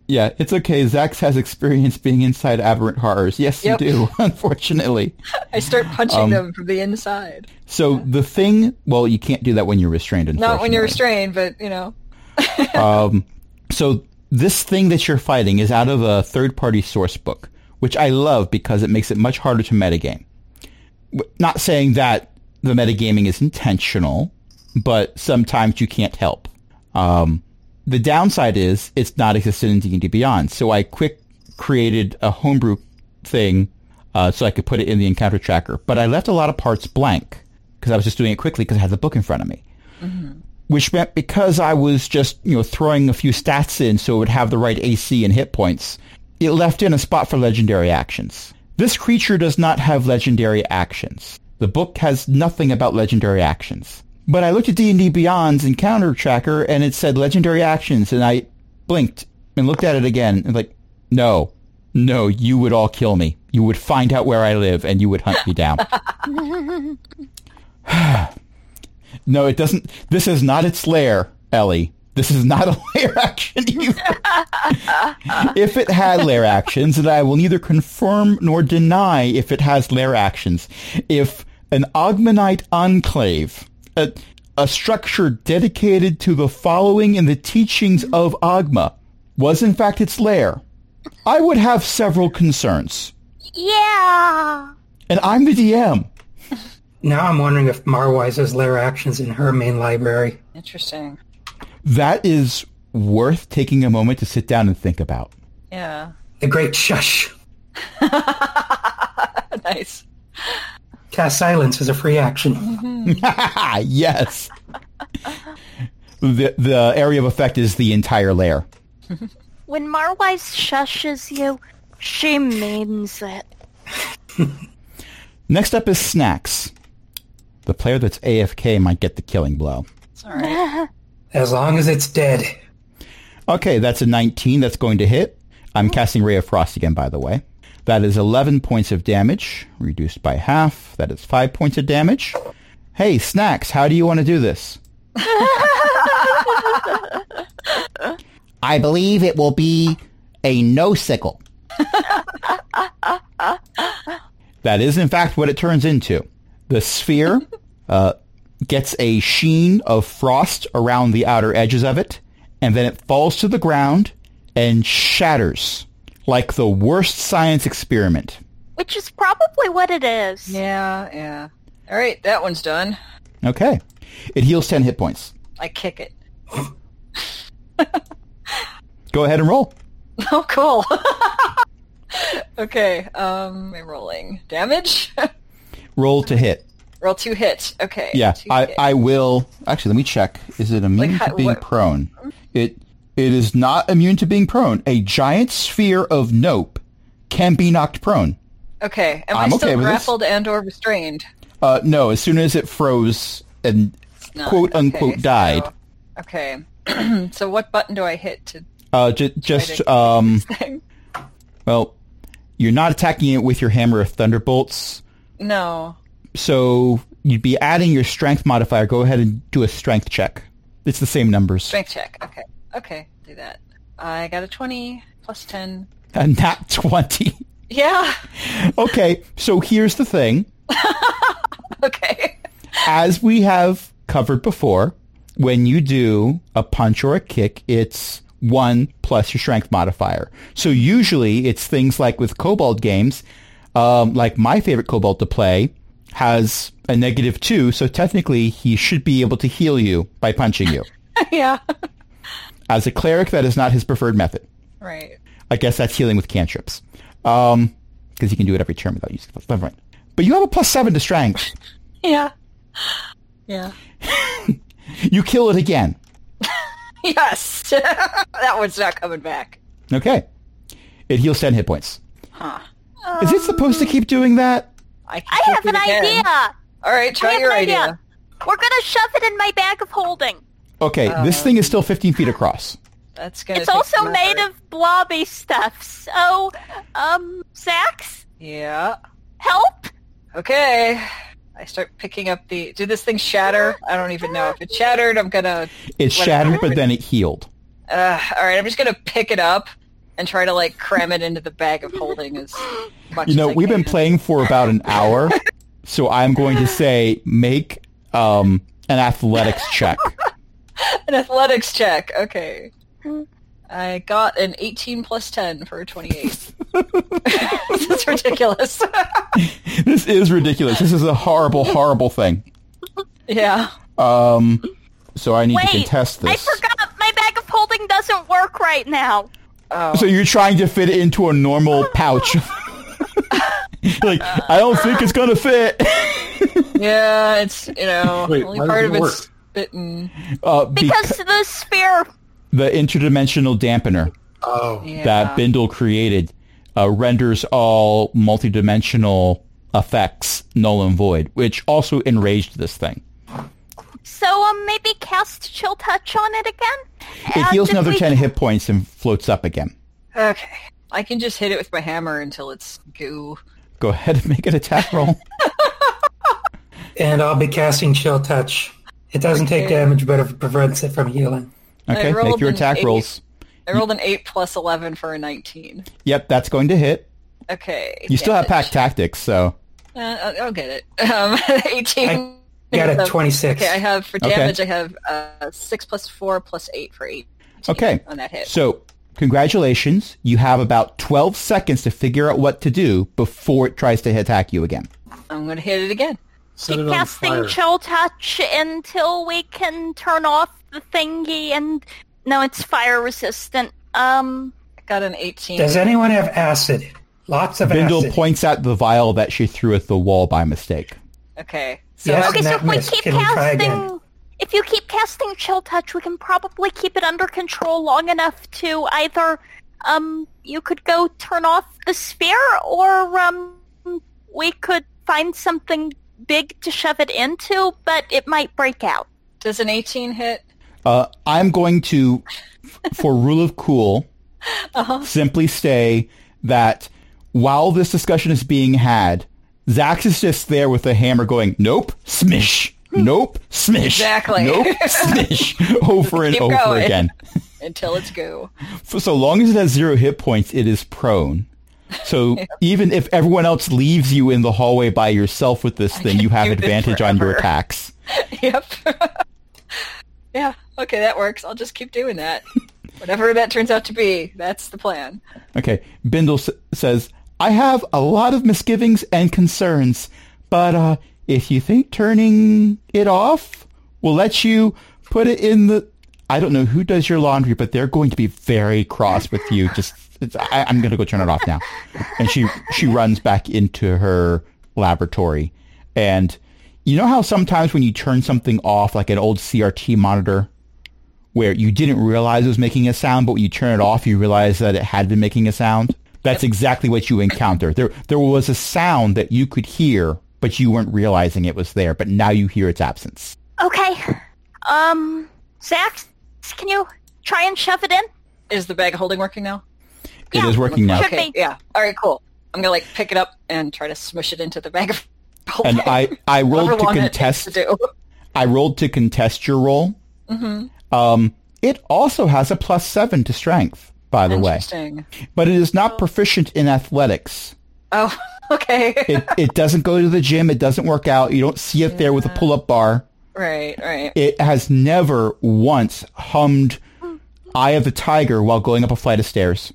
Speaker 1: yeah, it's okay. Zax has experience being inside aberrant horrors. Yes,
Speaker 3: Yep.
Speaker 1: you do, unfortunately.
Speaker 3: I start punching
Speaker 1: Um,
Speaker 3: them from the inside.
Speaker 1: So the thing, well, you can't do that when you're restrained.
Speaker 3: Not when you're
Speaker 1: unfortunately.
Speaker 3: restrained, but you know.
Speaker 1: So this thing that you're fighting is out of a third-party source book, which I love because it makes it much harder to metagame. W- Not saying that the metagaming is intentional, but sometimes you can't help. Um, the downside is it's not existed in D&D Beyond, so I quick created a homebrew thing uh, so I could put it in the encounter tracker. But I left a lot of parts blank because I was just doing it quickly because I had the book in front of me which meant because I was just, you know, throwing a few stats in so it would have the right AC and hit points, it left in a spot for legendary actions. This creature does not have legendary actions. The book has nothing about legendary actions. But I looked at D&D Beyond's encounter tracker and it said legendary actions and I blinked and looked at it again and like, no, no, you would all kill me. You would find out where I live and you would hunt me down. No, it doesn't. This is not its lair, Ellie. This is not a lair action either. if it had lair actions, and I will neither confirm nor deny if it has lair actions, if an Ogmanite enclave, a, a structure dedicated to the following and the teachings of Ogma, was in fact its lair, I would have several concerns.
Speaker 2: Yeah.
Speaker 1: And I'm the DM.
Speaker 4: Now I'm wondering if Marwise has layer actions in her main library.
Speaker 3: Interesting.
Speaker 1: That is worth taking a moment to sit down and think about.
Speaker 3: Yeah.
Speaker 4: The Great Shush.
Speaker 3: Nice.
Speaker 4: Cast Silence is a free action.
Speaker 1: yes. the the area of effect is the entire layer.
Speaker 2: When Marwise shushes you, she means it.
Speaker 1: Next up is snacks. The player that's AFK might get the killing blow.
Speaker 3: It's all right.
Speaker 4: As long as it's dead.
Speaker 1: Okay, that's a 19. That's going to hit. I'm casting Ray of Frost again, by the way. That is 11 points of damage, reduced by half. That is 5 points of damage. Hey, Snacks, how do you want to do this? I believe it will be a no-sickle. that is, in fact, what it turns into. The sphere uh, gets a sheen of frost around the outer edges of it, and then it falls to the ground and shatters like the worst science experiment.
Speaker 2: Which is probably what it is.
Speaker 3: Yeah, yeah. All right, that one's done.
Speaker 1: Okay. It heals 10 hit points.
Speaker 3: I kick it.
Speaker 1: Go ahead and roll.
Speaker 3: Oh, cool. okay, um, I'm rolling. Damage?
Speaker 1: Roll to hit.
Speaker 3: Roll two hits. Okay.
Speaker 1: Yeah,
Speaker 3: two
Speaker 1: I,
Speaker 3: hits.
Speaker 1: I will. Actually, let me check. Is it immune
Speaker 3: Like,
Speaker 1: to
Speaker 3: how-
Speaker 1: being
Speaker 3: what-
Speaker 1: prone? It it is not immune to being prone. A giant sphere of nope can be knocked prone.
Speaker 3: Okay. Am i
Speaker 1: I'm okay
Speaker 3: still
Speaker 1: with this.
Speaker 3: grappled and or restrained?
Speaker 1: Uh, no, as soon as it froze and
Speaker 3: Not-
Speaker 1: quote
Speaker 3: okay,
Speaker 1: unquote
Speaker 3: so-
Speaker 1: died.
Speaker 3: Okay. so what button do I hit to
Speaker 1: Uh, ju- just
Speaker 3: to-
Speaker 1: um,
Speaker 3: thing?
Speaker 1: well, you're not attacking it with your hammer of thunderbolts,
Speaker 3: No.
Speaker 1: so you'd be adding your strength modifier. Go ahead and do a strength check. It's the same numbers.
Speaker 3: Strength check. Okay. Okay. Do that. I got a 20 plus 10.
Speaker 1: A nat twenty.
Speaker 3: Yeah.
Speaker 1: okay, so here's the thing.
Speaker 3: Okay.
Speaker 1: as we have covered before, when you do a punch or a kick, it's one plus your strength modifier. So usually it's things like with Cobalt games, um, like my favorite Cobalt to play has a negative two, so technically he should be able to heal you by punching you.
Speaker 3: yeah.
Speaker 1: As a cleric, that is not his preferred method.
Speaker 3: Right.
Speaker 1: I guess that's healing with cantrips. Um, because you can do it every turn without using plus. Never mind. But you have a plus seven to strength.
Speaker 3: Yeah. Yeah.
Speaker 1: You kill it again.
Speaker 3: Yes. that one's not coming back.
Speaker 1: Okay. It heals 10 hit points. Is it supposed to keep doing that?
Speaker 3: I, can
Speaker 2: I
Speaker 3: kick
Speaker 2: have
Speaker 3: it
Speaker 2: an
Speaker 3: again.
Speaker 2: idea.
Speaker 3: All right,
Speaker 2: I
Speaker 3: try
Speaker 2: have
Speaker 3: your
Speaker 2: an idea.
Speaker 3: idea.
Speaker 2: We're gonna shove it in my bag of holding.
Speaker 1: Okay,
Speaker 2: Oh.
Speaker 1: this thing is still 15 feet across.
Speaker 3: That's gonna.
Speaker 2: it's
Speaker 3: take
Speaker 2: also
Speaker 3: some effort.
Speaker 2: made of blobby stuff. So, um, Zax,
Speaker 3: Yeah.
Speaker 2: help!
Speaker 3: Okay. I start picking up the. Did this thing shatter? I don't even know if it shattered. I'm gonna.
Speaker 1: It shattered, but then it healed.
Speaker 3: Uh, all right, I'm just gonna pick it up and try to like cram it into the bag of holding as much.
Speaker 1: You know,
Speaker 3: as I
Speaker 1: we've been
Speaker 3: can.
Speaker 1: playing for about an hour, so I'm going to say make um, an athletics check.
Speaker 3: an athletics check. Okay. I got an 18 plus 10 for a 28. That's ridiculous.
Speaker 1: This is ridiculous. This is a horrible, horrible thing.
Speaker 3: yeah.
Speaker 1: Um, so I need to
Speaker 2: Wait,
Speaker 1: contest this.
Speaker 2: I forgot my bag of holding doesn't work right now.
Speaker 1: So you're trying to fit it into a normal pouch. like, I don't think it's gonna fit.
Speaker 3: Yeah, it's, you know,
Speaker 5: Wait,
Speaker 3: only
Speaker 5: why
Speaker 3: part
Speaker 5: doesn't
Speaker 3: of
Speaker 5: it
Speaker 3: it's
Speaker 5: work?
Speaker 3: bitten.
Speaker 1: Uh, because
Speaker 2: Because the sphere.
Speaker 1: the interdimensional dampener
Speaker 5: Oh,
Speaker 3: Yeah.
Speaker 1: that Bindle created uh, renders all multidimensional effects null and void, which also enraged this thing.
Speaker 2: So um, maybe cast Chill Touch on it again?
Speaker 1: It
Speaker 2: And
Speaker 1: heals
Speaker 2: if
Speaker 1: another
Speaker 2: we-
Speaker 1: 10 hit points and floats up again.
Speaker 3: Okay. I can just hit it with my hammer until it's goo.
Speaker 1: Go ahead and make an attack roll.
Speaker 4: And I'll be casting Chill Touch. It doesn't take damage, but it prevents it from healing.
Speaker 1: Okay,
Speaker 3: rolled
Speaker 1: make your
Speaker 3: an
Speaker 1: attack
Speaker 3: eight.
Speaker 1: rolls.
Speaker 3: I rolled an 8 plus 11 for a 19.
Speaker 1: Yep, that's going to hit.
Speaker 3: Okay.
Speaker 1: You still have pack
Speaker 3: damage.
Speaker 1: tactics, so
Speaker 3: Uh, I'll, I'll get it. Um, 18.
Speaker 4: I got a 26.
Speaker 3: Okay, I have for
Speaker 1: Okay.
Speaker 3: damage. I have uh, six plus four plus eight for eight.
Speaker 1: Okay.
Speaker 3: on that hit.
Speaker 1: So, congratulations. You have about 12 seconds to figure out what to do before it tries to attack you again.
Speaker 3: I'm gonna hit it again.
Speaker 5: set
Speaker 2: Keep
Speaker 5: it on
Speaker 2: casting
Speaker 5: fire.
Speaker 2: Chill Touch until we can turn off the thingy and... No, it's fire resistant. Um,
Speaker 3: I got an 18.
Speaker 4: Does anyone have acid? Lots of
Speaker 1: Bindle
Speaker 4: acid.
Speaker 1: points out the vial that she threw at the wall by mistake.
Speaker 3: Okay, so
Speaker 4: Yes.
Speaker 2: okay,
Speaker 4: And
Speaker 2: so
Speaker 4: that
Speaker 2: if we
Speaker 4: missed.
Speaker 2: keep
Speaker 4: Can we try again?
Speaker 2: casting... If you keep casting Chill Touch, we can probably keep it under control long enough to either... Um, you could go turn off the sphere, or, um, we could find something big to shove it into, but it might break out.
Speaker 3: does an 18 hit?
Speaker 1: Uh, I'm going to, f- for rule of cool,
Speaker 3: Uh-huh.
Speaker 1: simply say that while this discussion is being had, Zax is just there with a hammer going, nope, smish, nope, smish,
Speaker 3: Exactly.
Speaker 1: nope, smish, over and
Speaker 3: Keep
Speaker 1: over
Speaker 3: going.
Speaker 1: again.
Speaker 3: Until it's go.
Speaker 1: For so long as it has zero hit points, it is prone. So even if everyone else leaves you in the hallway by yourself with this thing, you have
Speaker 3: do this
Speaker 1: advantage on your
Speaker 3: forever.
Speaker 1: attacks.
Speaker 3: yep. yeah. Okay, that works. I'll just keep doing that. Whatever that turns out to be, that's the plan.
Speaker 1: Okay, Bindle s- says, I have a lot of misgivings and concerns, but uh, if you think turning it off will let you put it in the... I don't know who does your laundry, but they're going to be very cross with you. Just, it's, I, I'm going to go turn it off now. And she she runs back into her laboratory, and you know how sometimes when you turn something off, like an old CRT monitor, where you didn't realize it was making a sound, but when you turn it off, you realize that it had been making a sound. That's exactly what you encounter. There, there was a sound that you could hear, but you weren't realizing it was there. But now you hear its absence.
Speaker 2: Okay. Um, Zach, can you try and shove it in?
Speaker 3: Is the bag of holding working now?
Speaker 1: It is working now,
Speaker 2: Should
Speaker 3: Okay.
Speaker 2: be.
Speaker 3: Yeah. All right. Cool. I'm gonna like pick it up and try to smush it into the bag of holding.
Speaker 1: and I, I
Speaker 3: However
Speaker 1: rolled to
Speaker 3: long that
Speaker 1: contest.
Speaker 3: takes to do.
Speaker 1: I rolled to contest your roll.
Speaker 3: Mm-hmm.
Speaker 1: Um, it also has a plus seven to strength, by the way,
Speaker 3: Interesting.
Speaker 1: but it is not proficient in athletics.
Speaker 3: Oh. Okay.
Speaker 1: It, it doesn't go to the gym. It doesn't work out. You don't see it there with a pull-up bar.
Speaker 3: right. Right.
Speaker 1: it has never once hummed Eye of the Tiger while going up a flight of stairs.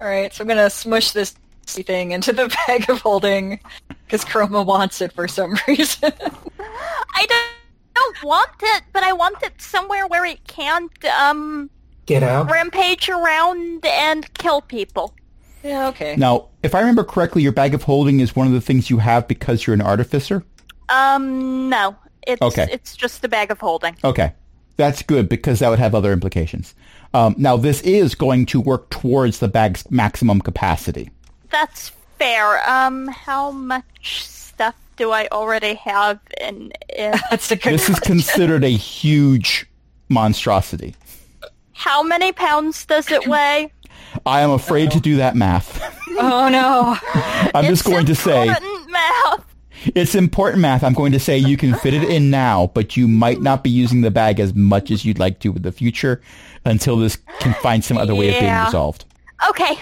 Speaker 3: All right, so I'm gonna smush this thing into the bag of holding because Chroma wants it for some reason.
Speaker 2: I don't, don't want it, but I want it somewhere where it can't, um,
Speaker 4: Get out.
Speaker 2: rampage around and kill people.
Speaker 3: yeah, okay.
Speaker 1: Now, if I remember correctly, your bag of holding is one of the things you have because you're an artificer.
Speaker 2: Um, no. It's,
Speaker 1: Okay.
Speaker 2: it's just a bag of holding.
Speaker 1: Okay. That's good because that would have other implications. Um, now, this is going to work towards the bag's maximum capacity.
Speaker 2: That's fair. Um, how much stuff do I already have in it?
Speaker 3: That's a good.
Speaker 1: This is considered a huge monstrosity.
Speaker 2: how many pounds does it weigh?
Speaker 1: I am afraid to do that math.
Speaker 3: oh no!
Speaker 1: I'm just
Speaker 2: It's
Speaker 1: going to say
Speaker 2: important math.
Speaker 1: it's important math. I'm going to say you can fit it in now, but you might not be using the bag as much as you'd like to in the future until this can find some other way of being
Speaker 2: Yeah.
Speaker 1: resolved.
Speaker 2: Okay.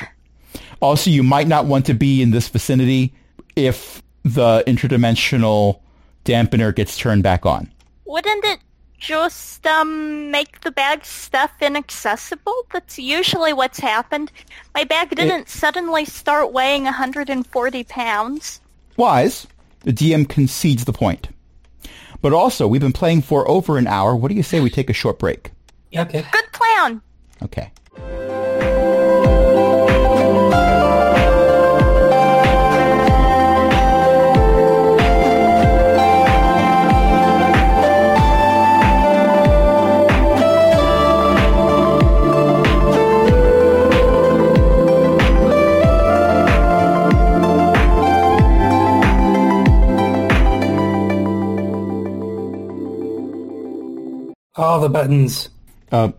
Speaker 1: Also, you might not want to be in this vicinity if the interdimensional dampener gets turned back on.
Speaker 2: Wouldn't it just um make the bag stuff inaccessible? That's usually what's happened. My bag didn't suddenly start weighing 140 pounds.
Speaker 1: Wise, the DM concedes the point. But also, we've been playing for over an hour. What do you say we take a short break?
Speaker 4: Okay.
Speaker 2: Good plan.
Speaker 1: Okay.
Speaker 4: All the buttons.
Speaker 1: Uh,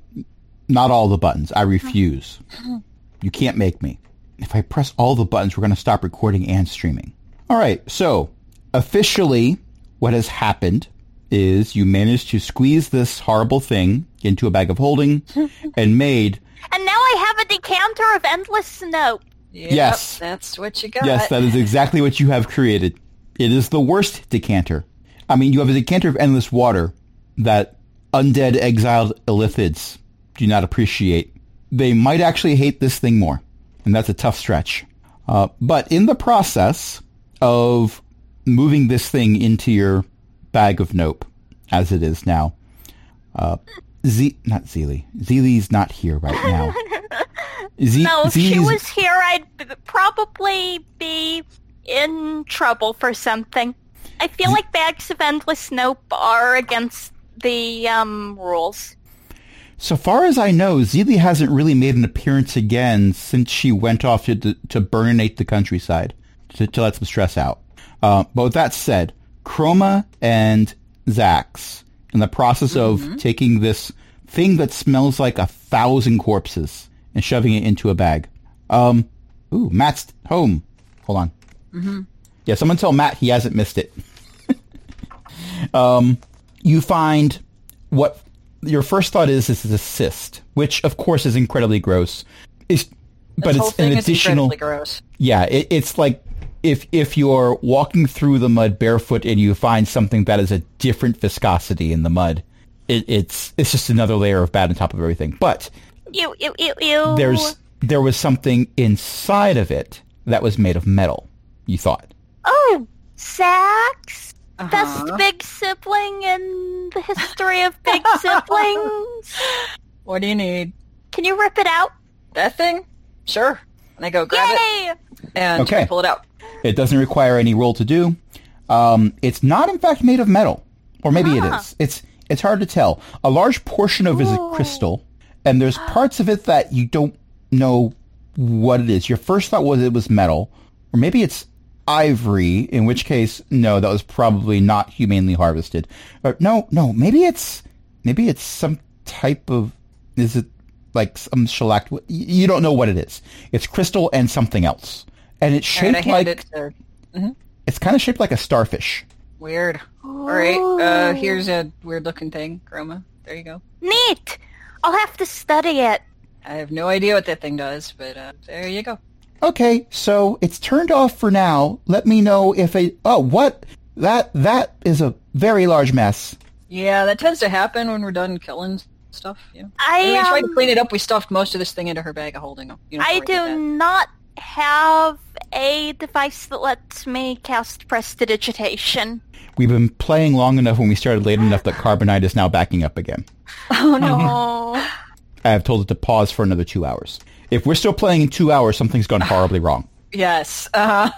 Speaker 1: not all the buttons. I refuse. You can't make me. If I press all the buttons, we're going to stop recording and streaming. All right. So officially, what has happened is you managed to squeeze this horrible thing into a bag of holding and made
Speaker 2: And now I have a decanter of endless snow.
Speaker 3: Yep,
Speaker 1: Yes.
Speaker 3: That's what you got.
Speaker 1: Yes, that is exactly what you have created. It is the worst decanter. I mean, you have a decanter of endless water that undead exiled Elithids do not appreciate. They might actually hate this thing more, and that's a tough stretch. Uh, but in the process of moving this thing into your bag of nope, as it is now, uh, Z not Zeely. Zeely's not here right now. Z-
Speaker 2: No, if she
Speaker 1: Zeely's-
Speaker 2: was here, I'd b- probably be in trouble for something. I feel like bags of endless snow are against the um, rules.
Speaker 1: So far as I know, Zeeley hasn't really made an appearance again since she went off to, to, to burninate the countryside to, to let some stress out. Uh, but with that said, Chroma and Zax, in the process of taking this thing that smells like a thousand corpses and shoving it into a bag. Um, ooh, Matt's home. Hold on.
Speaker 3: Mm-hmm.
Speaker 1: Yeah, someone tell Matt he hasn't missed it Um, you find what your first thought is is a cyst, which of course is incredibly gross. It's, but
Speaker 3: This whole
Speaker 1: it's an
Speaker 3: thing is
Speaker 1: additional.
Speaker 3: incredibly gross.
Speaker 1: Yeah, it, it's like if if you're walking through the mud barefoot and you find something that is a different viscosity in the mud, it, it's it's just another layer of bad on top of everything. But
Speaker 2: Ew, ew, ew, ew.
Speaker 1: there's there was something inside of it that was made of metal. You thought.
Speaker 2: Oh, Sax, best
Speaker 3: Uh-huh.
Speaker 2: big sibling in the history of big siblings.
Speaker 3: What do you need?
Speaker 2: Can you rip it out?
Speaker 3: That thing? Sure. And I go grab
Speaker 2: Yay!
Speaker 3: it and
Speaker 1: Okay.
Speaker 3: try to pull it out.
Speaker 1: It doesn't require any roll to do. Um, it's not, in fact, made of metal, or maybe
Speaker 3: Ah.
Speaker 1: it is. It's it's hard to tell. A large portion of it is a crystal, and there's
Speaker 3: Ah.
Speaker 1: parts of it that you don't know what it is. Your first thought was it was metal, or maybe it's ivory. In which case, no, that was probably not humanely harvested. Or, no, no, maybe it's maybe it's some type of. Is it like some shellac? y- You don't know what it is. It's crystal and something else, and it's
Speaker 3: And I
Speaker 1: shaped
Speaker 3: hand
Speaker 1: like
Speaker 3: it to
Speaker 1: it's kind of shaped like a starfish.
Speaker 3: Weird. All right. Uh, here's a weird looking thing, Chroma. There you go.
Speaker 2: Neat. I'll have to study it.
Speaker 3: I have no idea what that thing does, but uh, there you go.
Speaker 1: Okay, so it's turned off for now. Let me know if a oh what that that is a very large mess.
Speaker 3: Yeah, that tends to happen when we're done killing stuff. You know. When we
Speaker 2: I
Speaker 3: tried to
Speaker 2: um,
Speaker 3: clean it up, we stuffed most of this thing into her bag of holding. You know,
Speaker 2: I
Speaker 3: before we did
Speaker 2: do not have a device that lets me cast prestidigitation.
Speaker 1: We've been playing long enough when we started late enough that carbonite is now backing up again.
Speaker 2: Oh no.
Speaker 1: I have told it to pause for another two hours. If we're still playing in two hours, something's gone horribly wrong.
Speaker 3: that. Yes. Uh,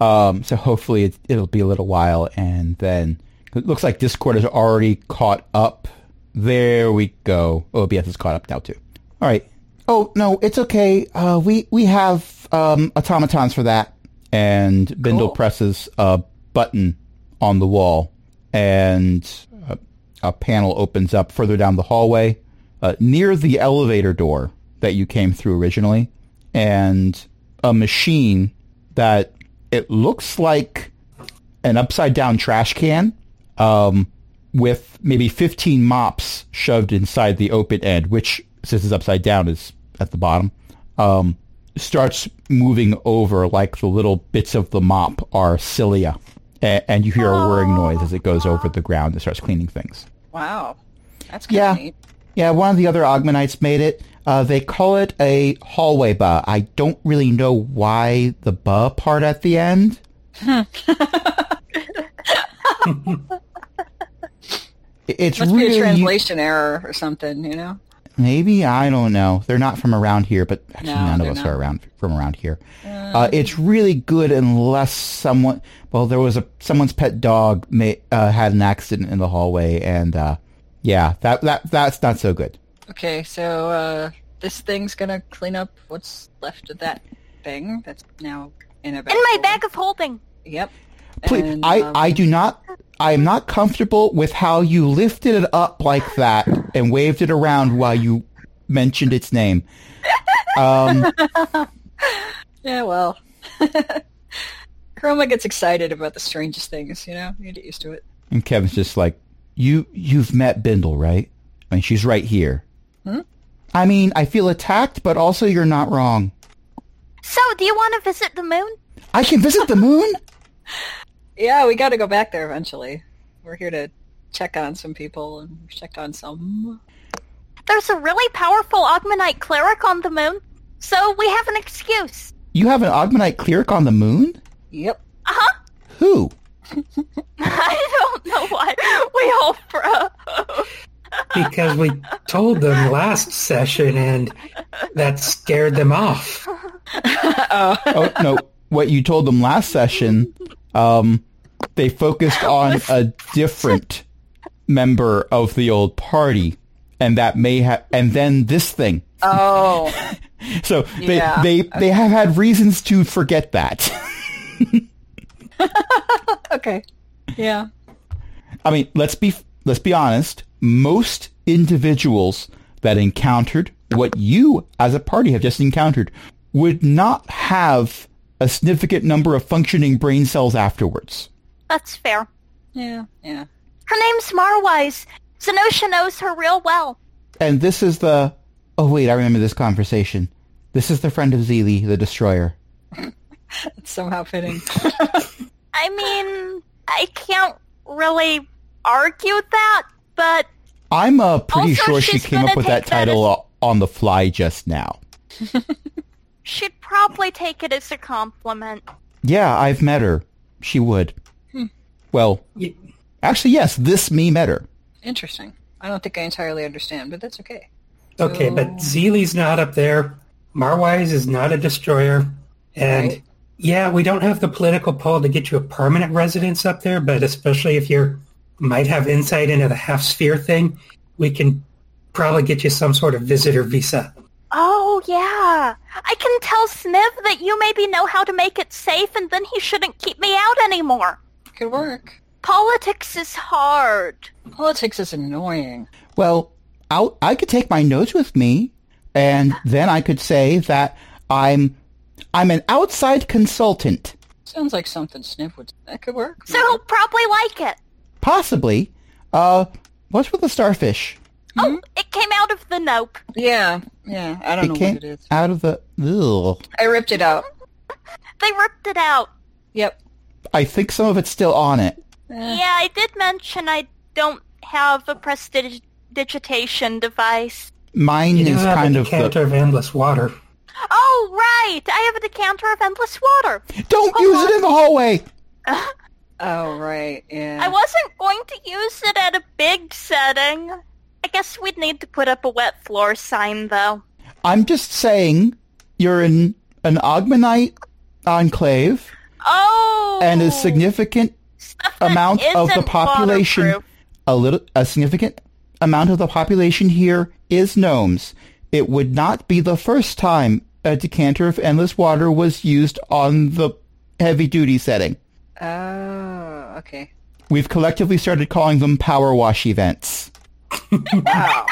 Speaker 1: Um, so hopefully it, it'll be a little while, and then it looks like Discord has already caught up. There we go. OBS is caught up now too. All right. Oh no, it's okay. Uh, we we have um, automatons for that. And Bindle
Speaker 3: Cool.
Speaker 1: presses a button on the wall, and a, a panel opens up further down the hallway, uh, near the elevator door that you came through originally, and a machine that it looks like an upside down trash can um, with maybe 15 mops shoved inside the open end, which, since it's upside down, is at the bottom, um, starts moving over like the little bits of the mop are cilia. A- and you hear a whirring noise as it goes over the ground and starts cleaning things.
Speaker 3: Wow. That's kind
Speaker 1: Yeah.
Speaker 3: of neat.
Speaker 1: Yeah, one of the other Augmanites made it. Uh, they call it a hallway ba. I don't really know why the ba part at the end. it's
Speaker 3: Must
Speaker 1: really
Speaker 3: be a translation error or something, you know?
Speaker 1: Maybe I don't know. They're not from around here, but actually
Speaker 3: No,
Speaker 1: none of
Speaker 3: they're
Speaker 1: us
Speaker 3: not. Um.
Speaker 1: are around from around here. Uh, it's really good unless someone. Well, there was a someone's pet dog may, uh, had an accident in the hallway, and uh, yeah, that that that's not so good.
Speaker 3: Okay, so uh, this thing's gonna clean up what's left of that thing that's now in a bag.
Speaker 2: In my
Speaker 3: full.
Speaker 2: bag of holding.
Speaker 3: Yep.
Speaker 1: Please,
Speaker 3: And,
Speaker 1: I,
Speaker 3: um,
Speaker 1: I do not. I am not comfortable with how you lifted it up like that and waved it around while you mentioned its name. Um,
Speaker 3: Yeah, well. Chroma gets excited about the strangest things, you know? You get used to it.
Speaker 1: and Kevin's just like, "You you've met Bindle, right? I mean, she's right here.
Speaker 3: Hmm?
Speaker 1: I mean, I feel attacked, but also you're not wrong.
Speaker 2: So, do you want to visit the moon?
Speaker 1: I can visit the moon.
Speaker 3: Yeah, we gotta go back there eventually. We're here to check on some people, and we've checked on some.
Speaker 2: There's a really powerful Augmanite cleric on the moon, so we have an excuse.
Speaker 1: You have an Ogmanite cleric on the moon.
Speaker 3: Yep.
Speaker 1: Who?
Speaker 2: I don't know why we all froze.
Speaker 4: because we told them last session and that scared them off.
Speaker 1: Oh no! What you told them last session, um, they focused on a different member of the old party, and that may have, and then this thing.
Speaker 3: Oh,
Speaker 1: So they
Speaker 3: Yeah.
Speaker 1: they they have had reasons to forget that.
Speaker 3: okay. Yeah.
Speaker 1: I mean, let's be let's be honest. Most individuals that encountered what you as a party have just encountered would not have a significant number of functioning brain cells afterwards.
Speaker 2: That's fair.
Speaker 3: Yeah. Yeah.
Speaker 2: Her name's Marwise. Zenosha knows her real well.
Speaker 1: And this is the. Oh wait, I remember this conversation. This is the friend of Zeely, the destroyer.
Speaker 3: It's somehow fitting.
Speaker 2: I mean, I can't really argue that, but
Speaker 1: I'm uh, pretty
Speaker 2: Also,
Speaker 1: sure she
Speaker 2: she's
Speaker 1: came
Speaker 2: gonna
Speaker 1: up with that
Speaker 2: take that
Speaker 1: title uh, on the fly just now.
Speaker 2: she'd probably take it as a compliment.
Speaker 1: Yeah, I've met her. She would.
Speaker 3: Hmm.
Speaker 1: Well,
Speaker 4: Y-
Speaker 1: actually, yes, this me met her.
Speaker 3: Interesting. I don't think I entirely understand, but that's okay.
Speaker 4: Okay, but
Speaker 3: Oh.
Speaker 4: Zeely's not up there. Marwise is not a destroyer. And
Speaker 3: Right.
Speaker 4: yeah, we don't have the political pull to get you a permanent residence up there, but especially if you might have insight into the half sphere thing, we can probably get you some sort of visitor visa.
Speaker 2: Oh, yeah. I can tell Sniv that you maybe know how to make it safe, and then he shouldn't keep me out anymore.
Speaker 3: Could work.
Speaker 2: Politics is hard.
Speaker 3: Politics is annoying.
Speaker 1: Well, I'll, I could take my notes with me, and then I could say that I'm I'm an outside consultant.
Speaker 3: Sounds like something Sniff would. That could work.
Speaker 2: So he'll probably like it.
Speaker 1: Possibly. Uh, what's with the starfish?
Speaker 2: Oh, it came out of the nope.
Speaker 3: yeah, yeah. I don't
Speaker 1: It
Speaker 3: know
Speaker 1: came
Speaker 3: what it is.
Speaker 1: out of the. Ugh.
Speaker 3: I ripped it out.
Speaker 2: They ripped it out.
Speaker 3: Yep.
Speaker 1: I think some of it's still on it.
Speaker 2: Yeah, I did mention I don't have a prestidigitation device.
Speaker 1: Mine
Speaker 4: You do
Speaker 1: is
Speaker 4: have
Speaker 1: kind
Speaker 4: a
Speaker 1: of
Speaker 4: decanter
Speaker 1: the.
Speaker 4: of endless water.
Speaker 2: Oh, right! I have a decanter of endless water.
Speaker 1: Don't use it in the hallway.
Speaker 3: Oh right. Yeah.
Speaker 2: I wasn't going to use it at a big setting. I guess we'd need to put up a wet floor sign, though.
Speaker 1: I'm just saying, you're in an Ogmanite enclave,
Speaker 2: Oh!
Speaker 1: and a significant
Speaker 2: stuff that
Speaker 1: amount of the
Speaker 2: isn't
Speaker 1: population,
Speaker 2: waterproof.
Speaker 1: a little, a significant amount of the population here is gnomes. It would not be the first time a decanter of endless water was used on the heavy-duty setting.
Speaker 3: oh okay.
Speaker 1: We've collectively started calling them power wash events.
Speaker 3: Wow.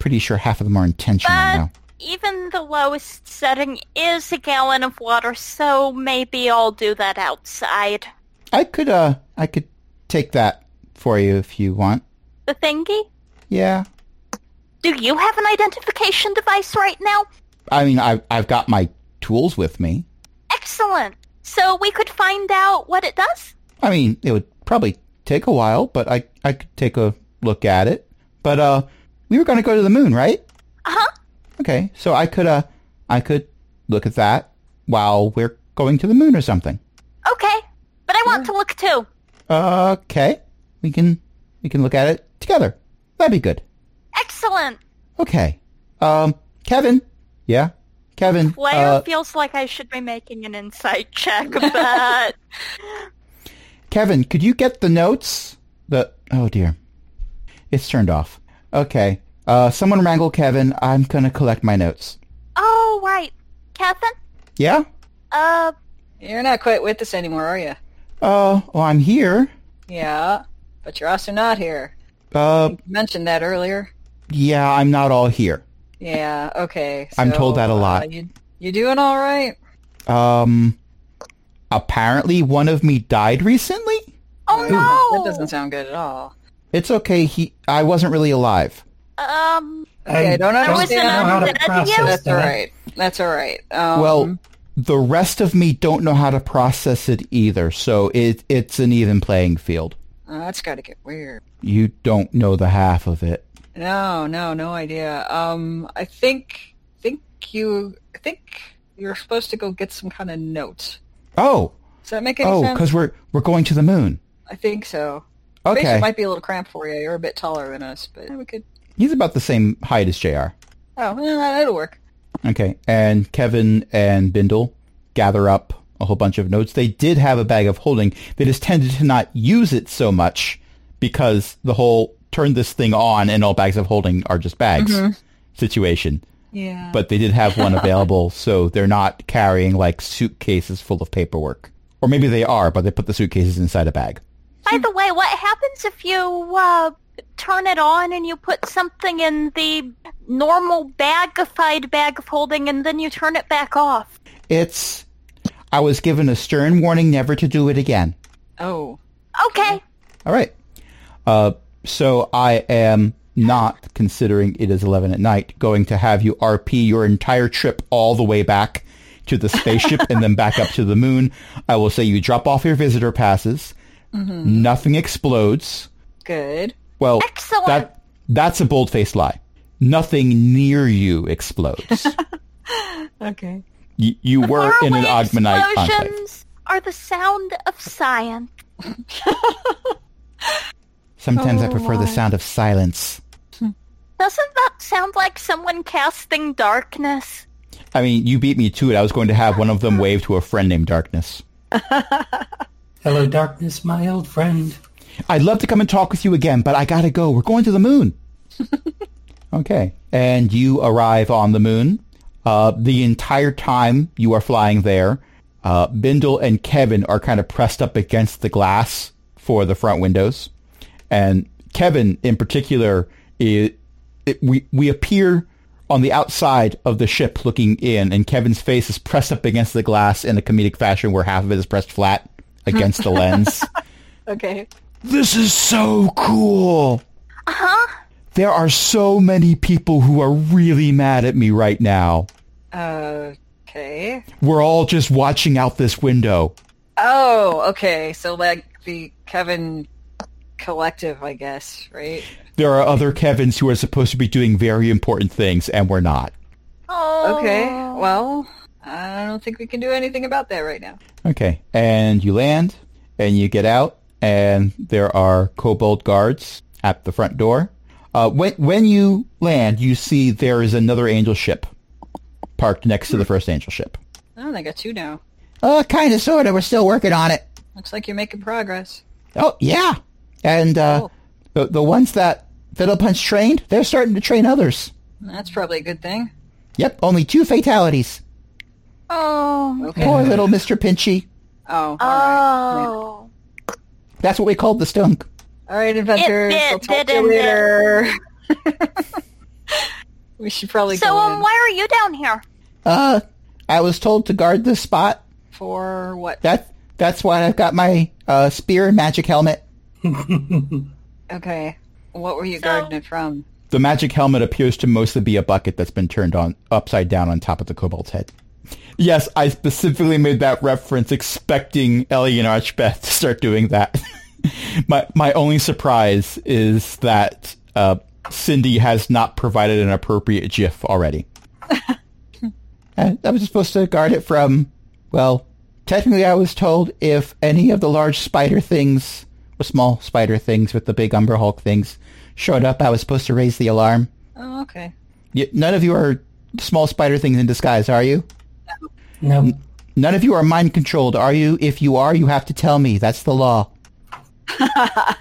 Speaker 1: Pretty sure half of them are intentional
Speaker 2: But-
Speaker 1: now.
Speaker 2: even the lowest setting is a gallon of water, so maybe I'll do that outside.
Speaker 1: I could uh I could take that for you if you want.
Speaker 2: The thingy?
Speaker 1: Yeah.
Speaker 2: Do you have an identification device right now?
Speaker 1: I mean I I've got my tools with me.
Speaker 2: Excellent. So we could find out what it does?
Speaker 1: I mean, it would probably take a while, but I I could take a look at it. But uh we were going to go to the moon, right?
Speaker 2: Uh-huh.
Speaker 1: Okay. So I could uh I could look at that while we're going to the moon or something.
Speaker 2: Okay. But I want to look too.
Speaker 1: Okay. We can we can look at it together. That'd be good.
Speaker 2: Excellent.
Speaker 1: Okay. Um Kevin. Yeah. Kevin.
Speaker 2: Player
Speaker 1: uh,
Speaker 2: feels like I should be making an insight check, but
Speaker 1: Kevin, could you get the notes? The oh dear, it's turned off. Okay, uh, someone wrangle Kevin. I'm gonna collect my notes.
Speaker 2: oh right, Kevin.
Speaker 1: Yeah.
Speaker 2: Uh,
Speaker 3: You're not quite with us anymore, are you?
Speaker 1: Uh, well, I'm here.
Speaker 3: Yeah, but you're also not here.
Speaker 1: Uh,
Speaker 3: You mentioned that earlier.
Speaker 1: yeah, I'm not all here.
Speaker 3: Yeah, okay.
Speaker 1: I'm
Speaker 3: so,
Speaker 1: told that a lot.
Speaker 3: uh, you, you doing all right?
Speaker 1: Um, apparently one of me died recently.
Speaker 2: oh
Speaker 3: That
Speaker 2: no.
Speaker 3: doesn't sound good at all.
Speaker 1: It's okay. He, I wasn't really alive.
Speaker 2: Um,
Speaker 3: Okay, I don't
Speaker 4: know
Speaker 3: understand
Speaker 4: how to
Speaker 2: that. Yeah,
Speaker 4: process
Speaker 3: That's all
Speaker 4: that.
Speaker 3: right. That's all right. Um,
Speaker 1: well, the rest of me don't know how to process it either. So it it's an even playing field.
Speaker 3: uh, that's got to get weird.
Speaker 1: You don't know the half of it.
Speaker 3: No, no, no idea. Um, I think, think you, I think you're supposed to go get some kind of note.
Speaker 1: Oh,
Speaker 3: Does that make any
Speaker 1: Oh,
Speaker 3: sense?
Speaker 1: because we're we're going to the moon.
Speaker 3: I think so.
Speaker 1: Okay,
Speaker 3: Space might be a little cramped for you. You're a bit taller than us, but we could.
Speaker 1: he's about the same height as Jr.
Speaker 3: Oh, well, that'll work.
Speaker 1: Okay, and Kevin and Bindle gather up a whole bunch of notes. They did have a bag of holding. They just tended to not use it so much because the whole turn this thing on and all bags of holding are just bags
Speaker 3: Mm-hmm.
Speaker 1: situation.
Speaker 3: Yeah.
Speaker 1: But they did have one available, so they're not carrying like suitcases full of paperwork. Or maybe they are, but they put the suitcases inside a bag.
Speaker 2: by the way, what happens if you uh turn it on and you put something in the normal bagified bag of holding, and then you turn it back off?
Speaker 1: It's. I was given a stern warning never to do it again.
Speaker 3: oh,
Speaker 2: Okay.
Speaker 1: All right. Uh, so I am not considering it is 11 at night going to have you RP your entire trip all the way back to the spaceship and then back up to the moon. I will say you drop off your visitor passes. Nothing explodes.
Speaker 3: good.
Speaker 1: Well,
Speaker 2: Excellent.
Speaker 1: that that's a bold-faced lie. Nothing near you explodes.
Speaker 3: Okay.
Speaker 1: you, you were in an
Speaker 2: Faraway
Speaker 1: Ogmanite enclave.
Speaker 2: explosions are the sound of science.
Speaker 1: Sometimes I prefer the sound of silence.
Speaker 2: Doesn't that sound like someone casting darkness?
Speaker 1: I mean, you beat me to it. I was going to have one of them wave to a friend named Darkness.
Speaker 4: Hello, darkness, my old friend.
Speaker 1: I'd love to come and talk with you again, but I gotta go. We're going to the moon. okay. And you arrive on the moon. Uh, the entire time you are flying there, uh, Bindle and Kevin are kind of pressed up against the glass for the front windows. And Kevin, in particular, i it, we, we appear on the outside of the ship looking in, and Kevin's face is pressed up against the glass in a comedic fashion where half of it is pressed flat against the lens.
Speaker 3: Okay.
Speaker 1: This is so cool. Uh huh. There are so many people who are really mad at me right now.
Speaker 3: Okay.
Speaker 1: We're all just watching out this window.
Speaker 3: Oh, okay. So like the Kevin collective, I guess, right?
Speaker 1: There are other Kevins who are supposed to be doing very important things, and we're not.
Speaker 2: Oh.
Speaker 3: Okay. Well, I don't think we can do anything about that right now.
Speaker 1: Okay. And you land, and you get out, and there are kobold guards at the front door. Uh, when, when you land, you see there is another angel ship parked next to the first angel ship.
Speaker 3: Oh, they got two now.
Speaker 1: Uh, kind of, sort of. We're still working on it.
Speaker 3: Looks like you're making progress.
Speaker 1: Oh yeah, and uh,
Speaker 3: Cool.
Speaker 1: the the ones that Fiddle Punch trained, they're starting to train others.
Speaker 3: That's probably a good thing.
Speaker 1: Yep, only two fatalities.
Speaker 2: Oh.
Speaker 3: Okay.
Speaker 1: Poor little Mister Pinchy.
Speaker 3: Oh. All right.
Speaker 2: Oh.
Speaker 1: That's what we called the stunk.
Speaker 3: All right, adventures.
Speaker 2: It
Speaker 3: We'll
Speaker 2: bit,
Speaker 3: talk to
Speaker 2: didn't
Speaker 3: you
Speaker 2: it?
Speaker 3: later. We should probably
Speaker 2: So,
Speaker 3: go
Speaker 2: um,
Speaker 3: in
Speaker 2: why are you down here?
Speaker 1: Uh, I was told to guard this spot.
Speaker 3: for what?
Speaker 1: That that's why I've got my uh, spear and magic helmet.
Speaker 3: Okay. What were you guarding it from?
Speaker 1: The magic helmet appears to mostly be a bucket that's been turned on upside down on top of the kobold's head. Yes, I specifically made that reference expecting Ellie and Archbeth to start doing that. my my only surprise is that uh, Cindy has not provided an appropriate GIF already. I, I was supposed to guard it from. Well, technically, I was told if any of the large spider things, or small spider things with the big Umber Hulk things, showed up, I was supposed to raise the alarm.
Speaker 3: Oh, okay.
Speaker 1: Y none of you are small spider things in disguise, are you?
Speaker 4: no,
Speaker 1: Mm. None of you are mind controlled, are you? If you are, you have to tell me. That's the law.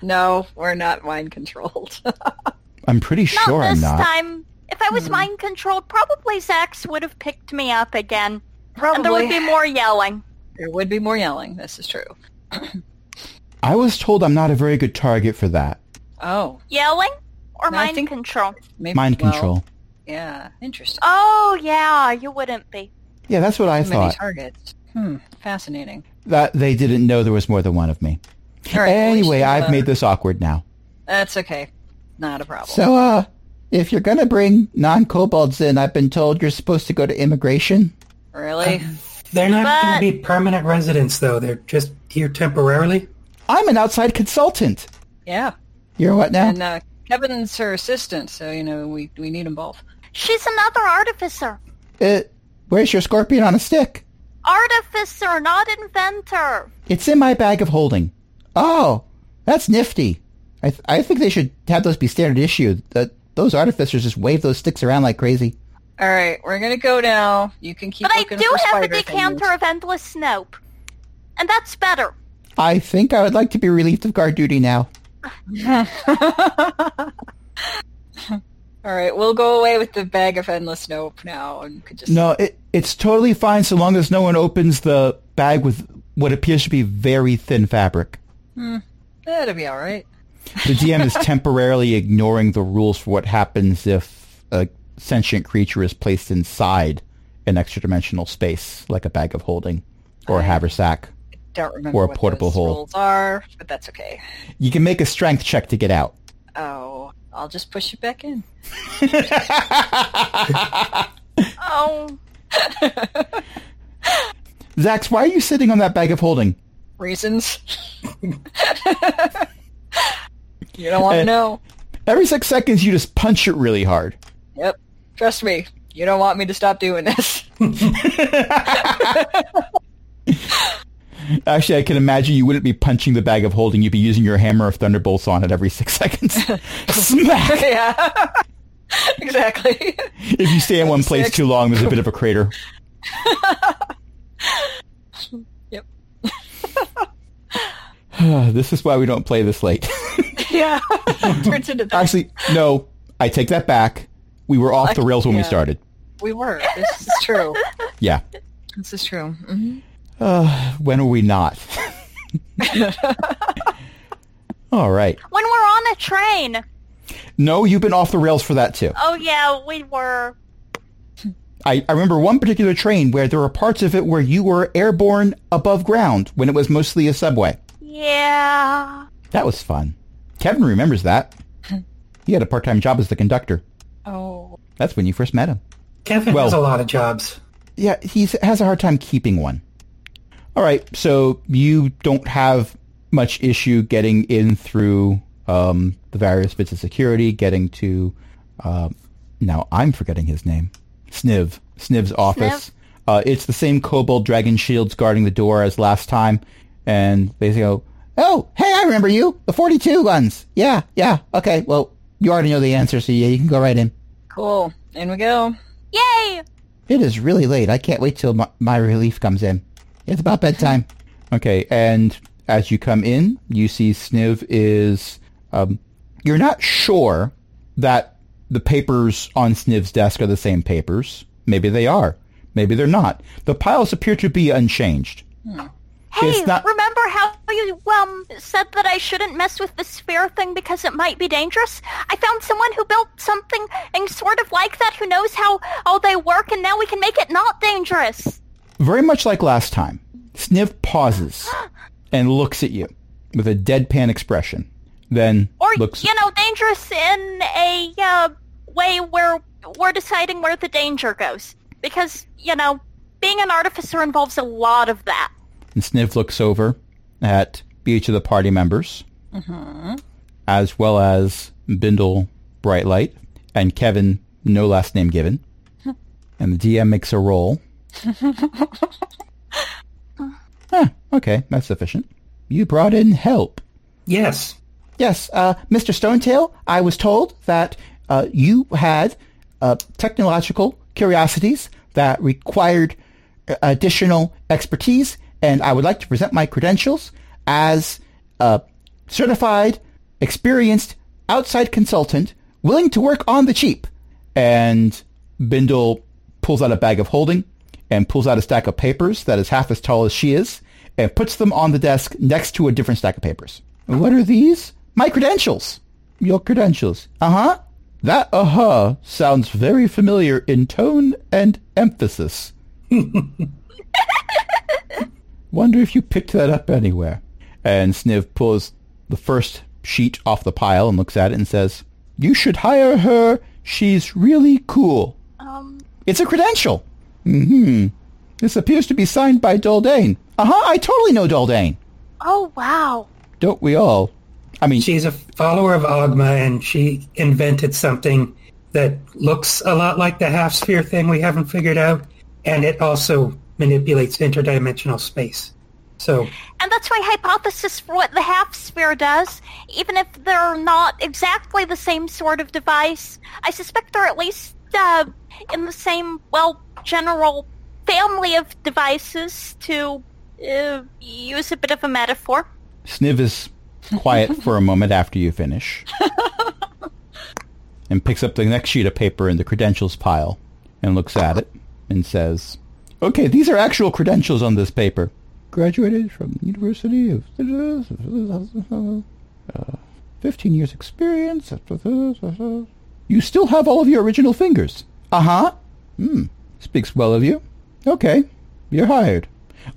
Speaker 3: No, we're not mind controlled.
Speaker 1: I'm pretty
Speaker 2: Not
Speaker 1: sure I'm
Speaker 2: this
Speaker 1: not.
Speaker 2: time. If I
Speaker 3: Hmm.
Speaker 2: was mind controlled, probably Zax would have picked me up again,
Speaker 3: Probably.
Speaker 2: and there would be more yelling.
Speaker 3: There would be more yelling. This is true.
Speaker 1: I was told I'm not a very good target for that.
Speaker 3: Oh,
Speaker 2: Yelling or
Speaker 3: No, I
Speaker 2: mind
Speaker 3: think-
Speaker 2: control?
Speaker 3: maybe,
Speaker 1: Mind
Speaker 3: well,
Speaker 1: control.
Speaker 3: Yeah, interesting.
Speaker 2: Oh yeah, you wouldn't be.
Speaker 1: Yeah, that's what I
Speaker 3: Many
Speaker 1: thought.
Speaker 3: targets. Hmm, fascinating.
Speaker 1: That they didn't know there was more than one of me.
Speaker 3: All right, well, we
Speaker 1: anyway,
Speaker 3: should,
Speaker 1: I've
Speaker 3: uh,
Speaker 1: made this awkward now.
Speaker 3: That's okay. Not a problem.
Speaker 1: So, uh, if you're gonna bring non-kobolds in, I've been told you're supposed to go to immigration.
Speaker 3: really?
Speaker 1: um,
Speaker 4: they're not
Speaker 2: But-
Speaker 4: going to be permanent residents though. They're just here temporarily.
Speaker 1: I'm an outside consultant.
Speaker 3: yeah.
Speaker 1: You're what now?
Speaker 3: And uh, Kevin's her assistant, so you know we we need them both.
Speaker 2: She's another artificer.
Speaker 1: Uh, where's your scorpion on a stick?
Speaker 2: Artificer, not inventor.
Speaker 1: It's in my bag of holding. Oh, that's nifty. I, th- I think they should have those be standard issue. That those artificers just wave those sticks around like crazy.
Speaker 3: All right, we're gonna go now. You can keep.
Speaker 2: But I
Speaker 3: looking
Speaker 2: do
Speaker 3: for
Speaker 2: have a
Speaker 3: spider things.
Speaker 2: decanter of endless snope, and that's better.
Speaker 1: I think I would like to be relieved of guard duty now.
Speaker 3: All right, we'll go away with the bag of endless nope now, and could just
Speaker 1: No, it, it's totally fine so long as no one opens the bag with what appears to be very thin fabric.
Speaker 3: that'll be all right.
Speaker 1: The DM is temporarily ignoring the rules for what happens if a sentient creature is placed inside an extra dimensional space, like a bag of holding or a haversack.
Speaker 3: Don't remember
Speaker 1: Or a
Speaker 3: what
Speaker 1: portable
Speaker 3: those
Speaker 1: hole.
Speaker 3: rules are, but that's okay.
Speaker 1: You can make a strength check to get out.
Speaker 3: Oh, I'll just push it back in.
Speaker 2: Oh,
Speaker 1: Zax, why are you sitting on that bag of holding?
Speaker 3: Reasons. you don't want
Speaker 1: Eh.
Speaker 3: to know.
Speaker 1: Every six seconds, you just punch it really hard.
Speaker 3: Yep. Trust me. You don't want me to stop doing this.
Speaker 1: Actually, I can imagine you wouldn't be punching the bag of holding. You'd be using your hammer of thunderbolts on it every six seconds. Smack!
Speaker 3: yeah. exactly.
Speaker 1: If you stay in one place
Speaker 3: Six.
Speaker 1: too long, there's a bit of a crater.
Speaker 3: Yep.
Speaker 1: this is why we don't play this late.
Speaker 3: Yeah. Turns into that.
Speaker 1: Actually, no, I take that back. We were off the rails when we
Speaker 3: yeah.
Speaker 1: started.
Speaker 3: We were. This is true.
Speaker 1: Yeah.
Speaker 3: This is true. hmm
Speaker 1: When are we not? All right.
Speaker 2: when we're on a train.
Speaker 1: No, you've been off the rails for that too.
Speaker 2: Oh yeah, we were.
Speaker 1: I, I remember one particular train where there were parts of it where you were airborne above ground when it was mostly a subway.
Speaker 2: Yeah.
Speaker 1: That was fun. Kevin remembers that. He had a part-time job as the conductor.
Speaker 3: Oh.
Speaker 1: That's when you first met him.
Speaker 4: Kevin
Speaker 1: Well-
Speaker 4: has a lot of jobs.
Speaker 1: Yeah, he has a hard time keeping one. All right, so you don't have much issue getting in through um, the various bits of security, getting to. Uh, now I'm forgetting his name. Sniv. Sniv's office. Uh, it's the same kobold dragon shields guarding the door as last time, and they go, "Oh, hey, I remember you. The 42 guns. Yeah, yeah. Okay. Well, you already know the answer, so yeah, you can go right in."
Speaker 3: Cool. In we go.
Speaker 2: Yay.
Speaker 1: It is really late. I can't wait till my, my relief comes in. It's about bedtime. okay, and as you come in, you see Sniv is. Um, you're not sure that the papers on Sniv's desk are the same papers. Maybe they are. Maybe they're not. The piles appear to be unchanged.
Speaker 2: Hey,
Speaker 1: It's not-
Speaker 2: remember remember how you um said that I shouldn't mess with the sphere thing because it might be dangerous? I found someone who built something and sort of like that who knows how all they work, and now we can make it not dangerous.
Speaker 1: Very much like last time, Sniv pauses and looks at you with a deadpan expression. Then
Speaker 2: Or
Speaker 1: looks.
Speaker 2: you know, dangerous in a uh, way where we're deciding where the danger goes because you know, being an artificer involves a lot of that.
Speaker 1: And Sniv looks over at each of the party members, as well as Bindle Brightlight and Kevin, no last name given. and the DM makes a roll. huh, okay, that's sufficient. You brought in help.
Speaker 4: Yes.
Speaker 1: Yes, uh, Mr. Stonetail, I was told that uh, you had uh, technological curiosities that required uh, additional expertise, and I would like to present my credentials as a certified, experienced outside consultant willing to work on the cheap. And Bindle pulls out a bag of holding and pulls out a stack of papers that is half as tall as she is and puts them on the desk next to a different stack of papers. What are these? My credentials. Your credentials. Uh-huh. That uh-huh sounds very familiar in tone and emphasis. Wonder if you picked that up anywhere. And Sniv pulls the first sheet off the pile and looks at it and says, You should hire her. She's really cool.
Speaker 2: Um,
Speaker 1: It's a credential. Mm-hmm. This appears to be signed by Daldane. Uh-huh, I totally know Daldane.
Speaker 2: oh wow.
Speaker 1: Don't we all? I mean,
Speaker 4: She's a follower of Ogma, and she invented something that looks a lot like the half sphere thing we haven't figured out, and it also manipulates interdimensional space. So
Speaker 2: And that's my hypothesis for what the half sphere does. Even if they're not exactly the same sort of device, I suspect they're at least uh, in the same, well, general family of devices, to uh, use a bit of a metaphor.
Speaker 1: Sniv is quiet for a moment after you finish and picks up the next sheet of paper in the credentials pile and looks at it and says, Okay, these are actual credentials on this paper. Graduated from the University of... uh, 15 years experience. You still have all of your original fingers. Uh-huh. Hmm. Speaks well of you. Okay. You're hired.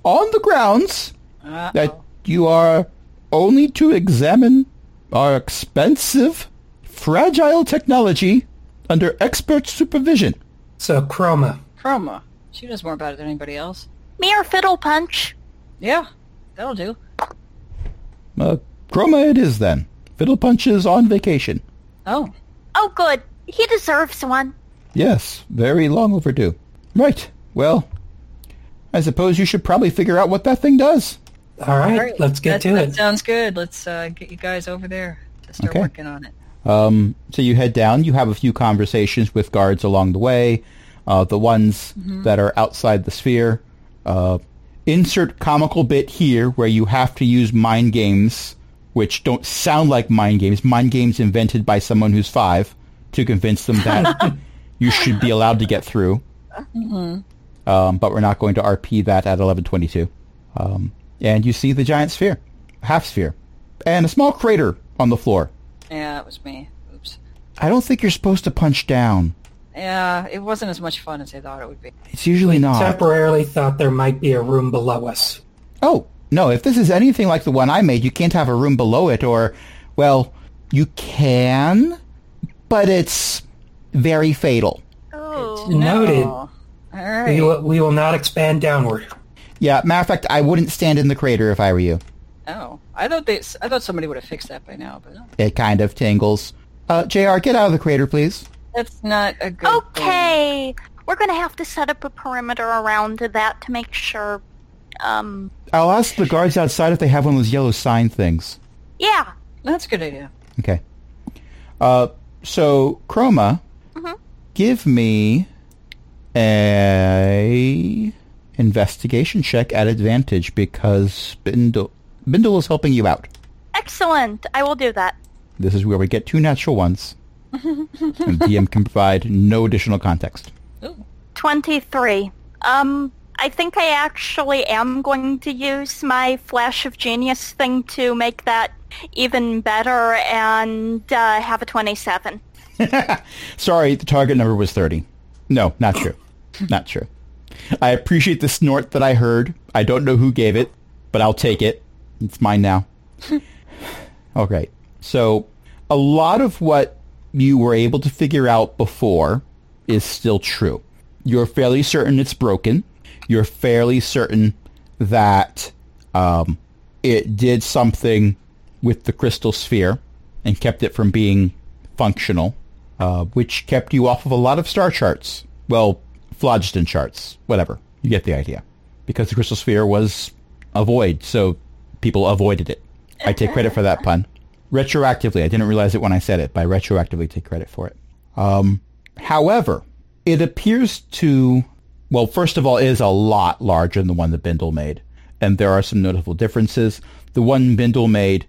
Speaker 1: On the grounds
Speaker 3: Uh,
Speaker 1: that you are only to examine our expensive, fragile technology under expert supervision.
Speaker 4: so Chroma.
Speaker 3: Chroma. She knows more about it than anybody else.
Speaker 2: Mere fiddle punch.
Speaker 3: Yeah, that'll do.
Speaker 1: Uh, Chroma it is then. Fiddle Punch is on vacation.
Speaker 3: Oh,
Speaker 2: Oh, good. He deserves one.
Speaker 1: Yes, very long overdue. Right, well, I suppose you should probably figure out what that thing does.
Speaker 4: All right,
Speaker 3: all right.
Speaker 4: let's get
Speaker 3: that,
Speaker 4: to
Speaker 3: that
Speaker 4: it.
Speaker 3: sounds good. Let's uh, get you guys over there to start
Speaker 1: Okay.
Speaker 3: working on it.
Speaker 1: Um, so you head down. You have a few conversations with guards along the way. Uh, the ones that are outside the sphere. Uh, insert comical bit here where you have to use mind games, which don't sound like mind games. Mind games invented by someone who's five to convince them that you should be allowed to get through. Um, but we're not going to RP that at 1122. Um, and you see the giant sphere, half sphere, and a small crater on the floor.
Speaker 3: Yeah, that was me. Oops.
Speaker 1: I don't think you're supposed to punch down.
Speaker 3: Yeah, it wasn't as much fun as I thought it would be.
Speaker 1: It's usually not.
Speaker 4: Temporarily thought there might be a room below us.
Speaker 1: Oh, no, if this is anything like the one I made, you can't have a room below it or, well, you can, but it's very fatal.
Speaker 2: Oh.
Speaker 4: Noted.
Speaker 3: Oh. All right.
Speaker 4: We will, we will not expand downward.
Speaker 1: Yeah, matter of fact, I wouldn't stand in the crater if I were you.
Speaker 3: Oh, I thought they. I thought somebody would have fixed that by now, but no.
Speaker 1: It kind of tingles. Uh, JR, get out of the crater, please.
Speaker 3: that's not a good.
Speaker 2: Okay. We're going to have to set up a perimeter around that to make sure. Um,
Speaker 1: I'll ask the guards outside if they have one of those yellow sign things.
Speaker 2: yeah.
Speaker 3: thing. That's a good idea.
Speaker 1: Okay. Uh, so, Chroma, give me a investigation check at advantage because Bindle, Bindle is helping you out.
Speaker 2: Excellent. I will do that.
Speaker 1: This is where we get two natural ones. and DM can provide no additional context.
Speaker 3: Ooh.
Speaker 2: 23. Um, I think I actually am going to use my flash of genius thing to make that even better and uh, have a 27.
Speaker 1: Sorry, the target number was 30. No, not true. not true. I appreciate the snort that I heard. I don't know who gave it, but I'll take it. It's mine now. All right. So a lot of what you were able to figure out before is still true. You're fairly certain it's broken. You're fairly certain that um, it did something with the crystal sphere and kept it from being functional, uh, which kept you off of a lot of star charts. Well, phlogiston charts, whatever. You get the idea. Because the crystal sphere was a void, so people avoided it. I take credit for that pun. Retroactively, I didn't realize it when I said it, but I retroactively take credit for it. Um, however, it appears to, well, first of all, it is a lot larger than the one that Bindle made, and there are some notable differences. The one Bindle made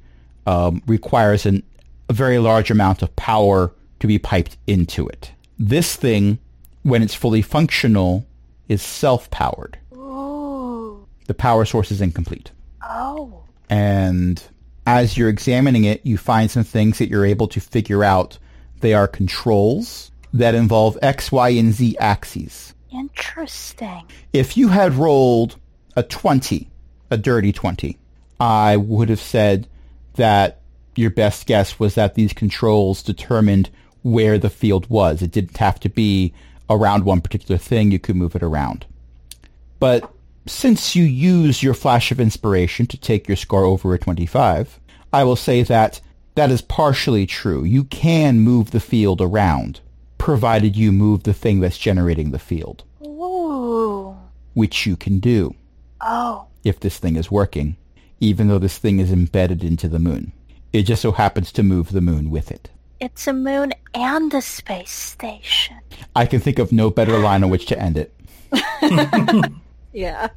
Speaker 1: um, requires an, a very large amount of power to be piped into it. This thing, when it's fully functional, is self-powered.
Speaker 2: Ooh.
Speaker 1: The power source is incomplete.
Speaker 2: Oh.
Speaker 1: And as you're examining it, you find some things that you're able to figure out. They are controls that involve X, Y, and Z axes.
Speaker 2: Interesting.
Speaker 1: If you had rolled a 20, a dirty 20, I would have said that your best guess was that these controls determined where the field was. It didn't have to be around one particular thing. You could move it around. But since you use your flash of inspiration to take your score over a 25, I will say that that is partially true. You can move the field around, provided you move the thing that's generating the field,
Speaker 2: Ooh.
Speaker 1: which you can do
Speaker 2: Oh.
Speaker 1: if this thing is working, even though this thing is embedded into the moon. It just so happens to move the moon with it.
Speaker 2: It's a moon and a space station.
Speaker 1: I can think of no better line on which to end it.
Speaker 3: Yeah.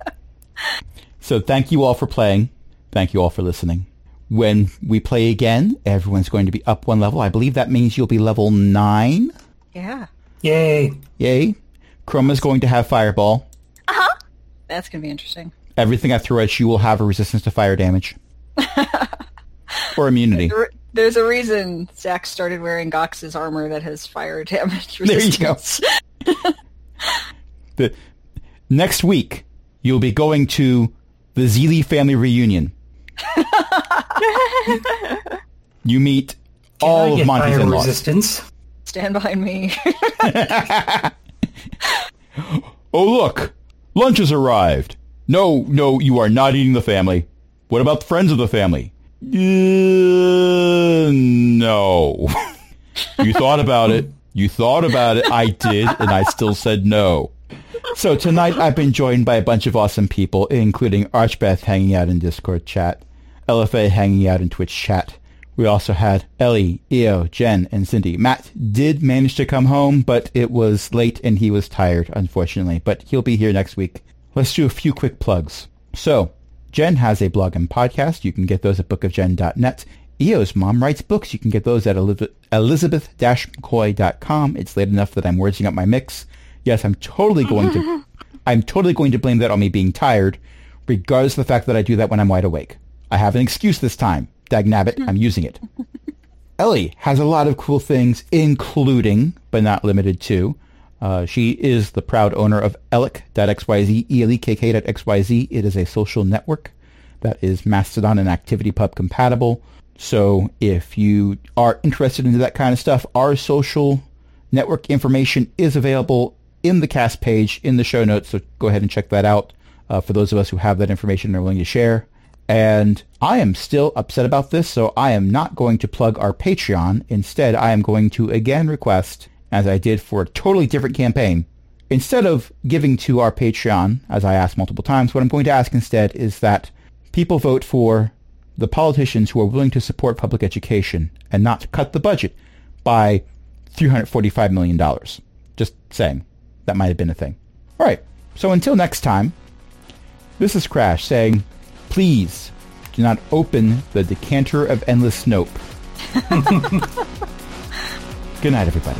Speaker 1: So thank you all for playing. Thank you all for listening. When we play again, everyone's going to be up one level. I believe that means you'll be level nine.
Speaker 3: Yeah.
Speaker 4: Yay.
Speaker 1: Yay. Chroma's going to have fireball.
Speaker 3: That's going to be interesting.
Speaker 1: Everything I throw at you will have a resistance to fire damage. or immunity.
Speaker 3: There- There's a reason Zach started wearing Gox's armor that has fire damage
Speaker 1: There you
Speaker 3: resistance.
Speaker 1: go. the, next week, you'll be going to the Zeely family reunion. you meet
Speaker 4: I
Speaker 1: all of
Speaker 4: get
Speaker 1: Monty's
Speaker 4: fire
Speaker 1: in-laws.
Speaker 4: resistance.
Speaker 3: Stand behind me.
Speaker 1: Oh, look! Lunch has arrived! No, no, you are not eating the family. What about the friends of the family? Uh, no. you thought about it. You thought about it. I did, and I still said no. So tonight I've been joined by a bunch of awesome people, including Archbeth hanging out in Discord chat, LFA hanging out in Twitch chat. We also had Ellie, Io, Jen, and Cindy. Matt did manage to come home, but it was late and he was tired, unfortunately. But he'll be here next week. Let's do a few quick plugs. So, Jen has a blog and podcast. You can get those at bookofjen.net. EO's mom writes books. You can get those at eliz- elizabeth-mccoy.com. It's late enough that I'm wordsing up my mix. Yes, I'm totally going to I'm totally going to blame that on me being tired, regardless of the fact that I do that when I'm wide awake. I have an excuse this time. Dag nabbit, I'm using it. Ellie has a lot of cool things, including, but not limited to, uh, she is the proud owner of elk.xyz, elekk.xyz. It is a social network that is Mastodon and ActivityPub compatible. So if you are interested in that kind of stuff, our social network information is available in the cast page in the show notes. So go ahead and check that out uh, for those of us who have that information and are willing to share. And I am still upset about this, so I am not going to plug our Patreon. Instead, I am going to again request, as I did for a totally different campaign, instead of giving to our Patreon, as I asked multiple times, what I'm going to ask instead is that people vote for the politicians who are willing to support public education and not cut the budget by $345 million. Just saying. That might have been a thing. All right. So until next time, this is Crash saying, please do not open the decanter of endless snope. Good night, everybody.